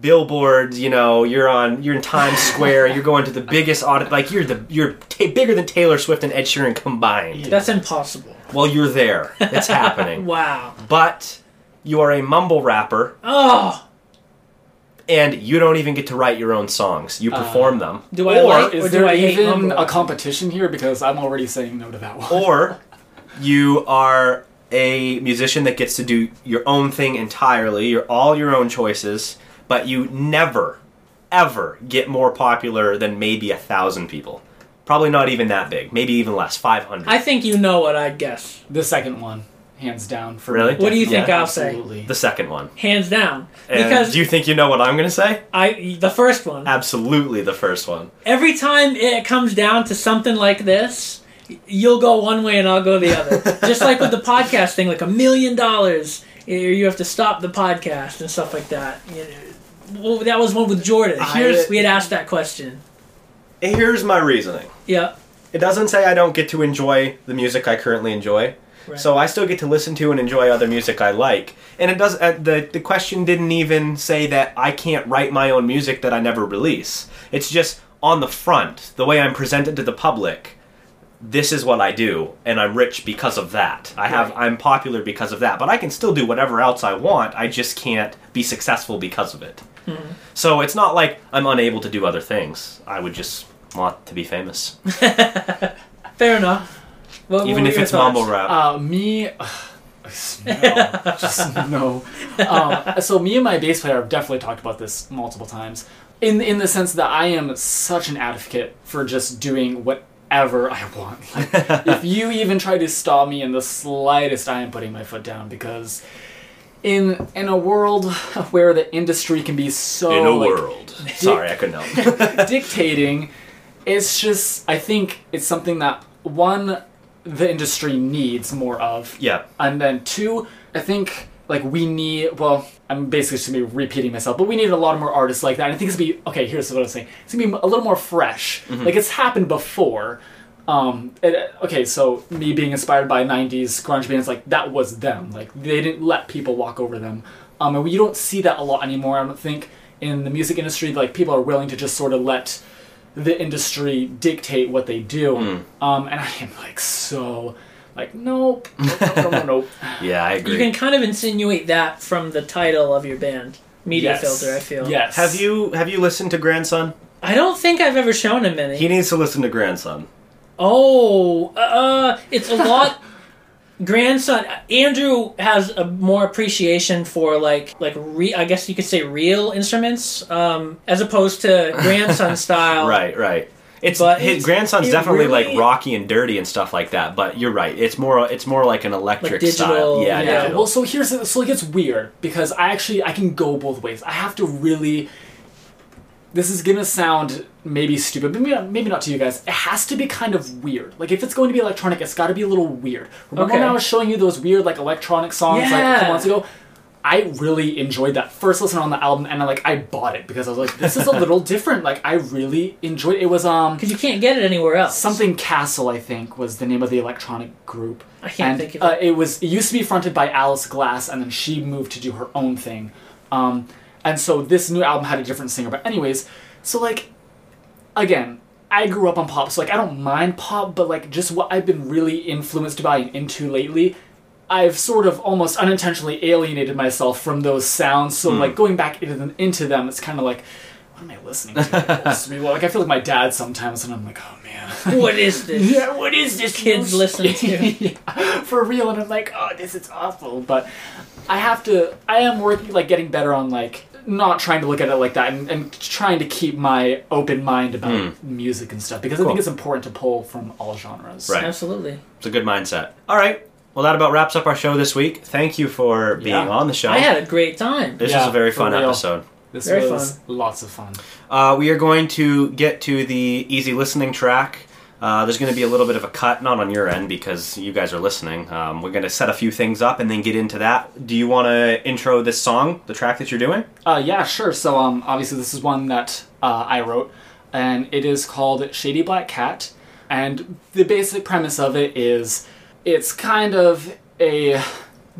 Speaker 3: billboards, you know, you're on, you're in Times Square, you're going to the biggest audit, like you're the, you're ta bigger than Taylor Swift and Ed Sheeran combined.
Speaker 2: that's impossible.
Speaker 3: Well, you're there. It's happening.
Speaker 2: Wow.
Speaker 3: But you are a mumble rapper
Speaker 2: Oh,
Speaker 3: and you don't even get to write your own songs. You perform them.
Speaker 2: Uh, do I
Speaker 3: Or-
Speaker 2: like
Speaker 4: Is
Speaker 2: or do
Speaker 4: there
Speaker 2: I hate
Speaker 4: even
Speaker 2: Mumble?
Speaker 4: a competition here? Because I'm already saying no to that one.
Speaker 3: or you are a musician that gets to do your own thing entirely, your all your own choices, but you never ever get more popular than maybe a thousand people. Probably not even that big, maybe even less, five hundred.
Speaker 2: I think you know what I'd guess.
Speaker 4: The second one, hands down. For
Speaker 3: Really?
Speaker 4: Me.
Speaker 2: What do you think
Speaker 3: Yeah,
Speaker 2: I'll say?
Speaker 4: Absolutely.
Speaker 3: the second one.
Speaker 2: Hands down,
Speaker 3: And
Speaker 2: because
Speaker 3: do you think you know what I'm gonna say?
Speaker 2: I the first one.
Speaker 3: Absolutely, the first one.
Speaker 2: Every time it comes down to something like this, you'll go one way and I'll go the other. Just like with the podcast thing, like a million dollars. or you have to stop the podcast and stuff like that. You know, well, that was one with Jordan.
Speaker 3: I-
Speaker 2: Here's, we had asked that question.
Speaker 3: Here's my reasoning.
Speaker 2: Yeah,
Speaker 3: It doesn't say I don't get to enjoy the music I currently enjoy.
Speaker 2: Right.
Speaker 3: So I still get to listen to and enjoy other music I like. And it does uh, the the question didn't even say that I can't write my own music that I never release. It's just on the front, the way I'm presented to the public. This is what I do and I'm rich because of that. I have I'm popular because of that, but I can still do whatever else I want. I just can't be successful because of it. So it's not like I'm unable to do other things. I would just want to be famous.
Speaker 2: fair enough. What,
Speaker 3: Even
Speaker 2: what
Speaker 3: if
Speaker 2: were your
Speaker 3: it's
Speaker 2: thoughts?
Speaker 3: mumble rap.
Speaker 4: Uh, me. no, just no. Um, so me and my bass player have definitely talked about this multiple times. In in the sense that I am such an advocate for just doing whatever I want. Like, if you even try to stop me in the slightest, I am putting my foot down because. In, in a world where the industry can be
Speaker 2: Oh,
Speaker 4: so like,
Speaker 3: Sorry, I couldn't help.
Speaker 4: dictating it's just i think it's something that one the industry needs more of
Speaker 3: yeah.
Speaker 4: and then two i think like we need well i'm basically just gonna be repeating myself but we need a lot more artists like that and i think it's gonna be okay here's what i'm saying it's gonna be a little more fresh like it's happened before um it, okay so me being inspired by 90s grunge bands like that was them like they didn't let people walk over them um and you don't see that a lot anymore i don't think in the music industry like people are willing to just sort of let the industry dictate what they do um and i am like so like nope nope nope nope, nope, nope.
Speaker 3: Yeah, I agree.
Speaker 2: You can kind of insinuate that from the title of your band, Media
Speaker 4: Yes.
Speaker 2: Filter. I feel.
Speaker 4: Yes.
Speaker 3: have you have you listened to Grandson?
Speaker 2: I don't think I've ever shown him any.
Speaker 3: He needs to listen to Grandson.
Speaker 2: Oh, uh, it's a lot. Grandson Andrew has a more appreciation for like like re, I guess you could say real instruments um, as opposed to grandson style.
Speaker 3: Right, right. It's
Speaker 2: But
Speaker 3: his
Speaker 2: it's-
Speaker 3: grandson's
Speaker 2: it
Speaker 3: definitely like
Speaker 2: really-
Speaker 3: rocky and dirty and stuff like that. But you're right. It's more it's more like an electric
Speaker 2: digital,
Speaker 3: style. Yeah,
Speaker 2: yeah.
Speaker 4: Yeah.
Speaker 3: digital.
Speaker 4: Well, so here's the, so it gets weird because I actually I can go both ways. I have to really. This is gonna sound maybe stupid, but maybe not, maybe not to you guys. It has to be kind of weird. Like if it's going to be electronic, it's got to be a little weird. Remember when
Speaker 2: Okay.
Speaker 4: I was showing you those weird like electronic songs like a
Speaker 2: Yeah.
Speaker 4: couple months ago? I really enjoyed that first listen on the album, and I like I bought it because I was like, this is a little different. Like I really enjoyed it. It was um
Speaker 2: because you can't get it anywhere else.
Speaker 4: something Castle, I think, was the name of the electronic group. I
Speaker 2: can't
Speaker 4: and,
Speaker 2: think of
Speaker 4: uh, it. was it used to be fronted by Alice Glass, and then she moved to do her own thing. Um, and so this new album had a different singer. But anyways, so like again, I grew up on pop, so like I don't mind pop, but like just what I've been really influenced by and into lately, I've sort of almost unintentionally alienated myself from those sounds. So like going back into them, into them, it's kind of like. What am I listening to? Like, what's- like I feel like my dad sometimes, and I'm like, oh man,
Speaker 2: What is this?
Speaker 4: yeah, what is this?
Speaker 2: Kids listen to.
Speaker 4: Yeah, for real, and I'm like, oh, this is awful. But I have to. I am working, like, getting better on like not trying to look at it like that, and, and trying to keep my open mind about music and stuff because I
Speaker 3: Hmm. Cool.
Speaker 4: think it's important to pull from all genres.
Speaker 3: Right.
Speaker 2: Absolutely.
Speaker 3: It's a good mindset. All right. Well, that about wraps up our show this week. Thank you for being
Speaker 4: Yeah.
Speaker 3: on the show.
Speaker 2: I had a great time.
Speaker 3: this
Speaker 4: Yeah,
Speaker 3: was a very
Speaker 4: for
Speaker 3: fun
Speaker 4: real.
Speaker 3: episode.
Speaker 4: This
Speaker 2: Very
Speaker 4: was lots of fun.
Speaker 3: Uh, we are going to get to the easy listening track. Uh, there's going to be a little bit of a cut, not on your end because you guys are listening. Um, we're going to set a few things up and then get into that. Do you want to intro this song, the track that you're doing?
Speaker 4: Uh, yeah, sure. So um, obviously this is one that uh, I wrote, and it is called Shady Black Cat. And the basic premise of it is, it's kind of a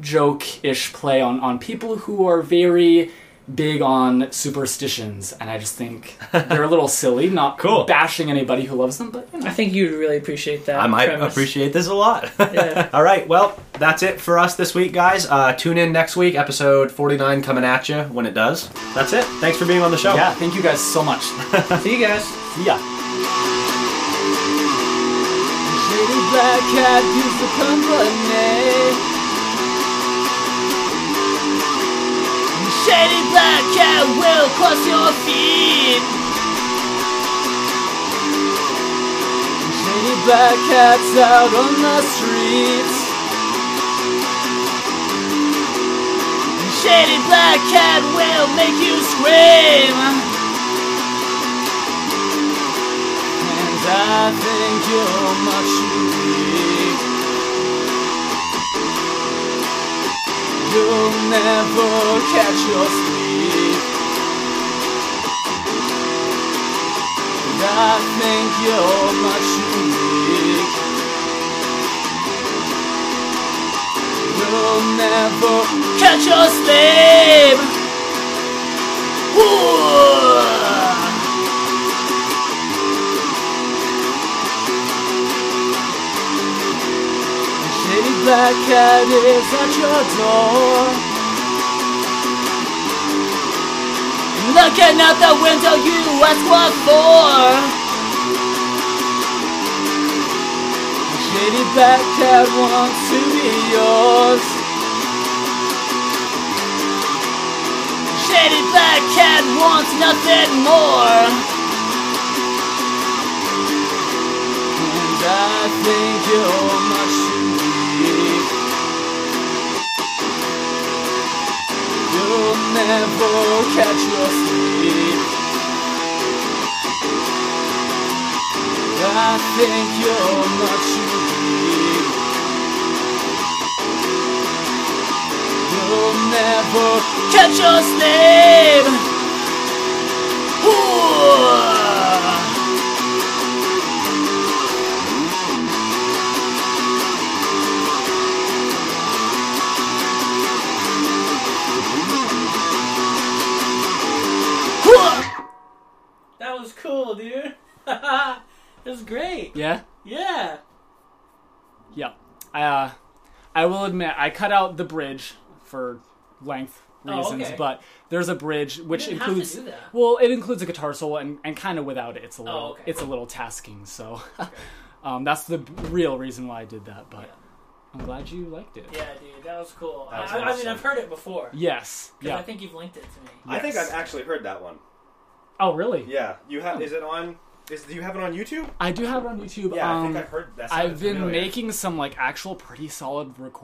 Speaker 4: joke-ish play on on people who are very big on superstitions, and I just think they're a little silly. Not
Speaker 3: Cool.
Speaker 4: bashing anybody who loves them, but you know.
Speaker 2: I think you'd really appreciate that.
Speaker 3: I might
Speaker 2: premise.
Speaker 3: appreciate this a lot.
Speaker 2: Yeah.
Speaker 3: All right, well, that's it for us this week, guys. Uh, tune in next week, episode 49 coming at you when it does. That's it. Thanks for being on the show.
Speaker 4: Yeah, thank you guys so much.
Speaker 2: See you guys.
Speaker 4: Yeah. Shady black cat gives the company. Shady black cat will cross your feet. Shady black cat's out on the streets. Shady black cat will make you scream. And I think
Speaker 2: oh,
Speaker 4: you're much too weak.
Speaker 2: will never catch your sleep. And I think you're much unique. Will never catch your sleep. Whoa! Shady black cat is at your door. Looking out the window, you ask what for. Shady black cat wants to be yours. Shady black cat wants nothing more. And I oh, think you're much too weak. You'll never catch your sleep. I oh, think you're much too weak. You'll never catch your sleep. Ooh.
Speaker 10: That was cool, dude. that was great.
Speaker 4: Yeah.
Speaker 10: Yeah.
Speaker 4: Yeah. I, uh, I will admit, I cut out the bridge for length
Speaker 10: Oh,
Speaker 4: reasons,
Speaker 10: okay.
Speaker 4: but there's a bridge which
Speaker 10: didn't have to
Speaker 4: includes
Speaker 10: do that. Oh,
Speaker 4: well, it includes a guitar solo, and, and kind of without it, it's a little
Speaker 10: okay.
Speaker 4: it's a little tasking. So, um, that's the real reason why I did that. But I'm glad you liked it.
Speaker 10: Yeah, dude, that was cool.
Speaker 3: That was
Speaker 10: I, I mean,
Speaker 3: awesome.
Speaker 10: I've heard it before. 'cause
Speaker 4: Yes. Yeah.
Speaker 10: I think you've linked it to me.
Speaker 3: I think
Speaker 4: Yes.
Speaker 3: I've actually heard that one.
Speaker 4: oh, really?
Speaker 3: Yeah, you have. Is it on? Is do you have it on YouTube?
Speaker 4: I do have it on YouTube.
Speaker 3: Yeah, I
Speaker 4: um,
Speaker 3: think I've heard that. sounded
Speaker 4: I've been
Speaker 3: familiar.
Speaker 4: making some like actual pretty solid recordings.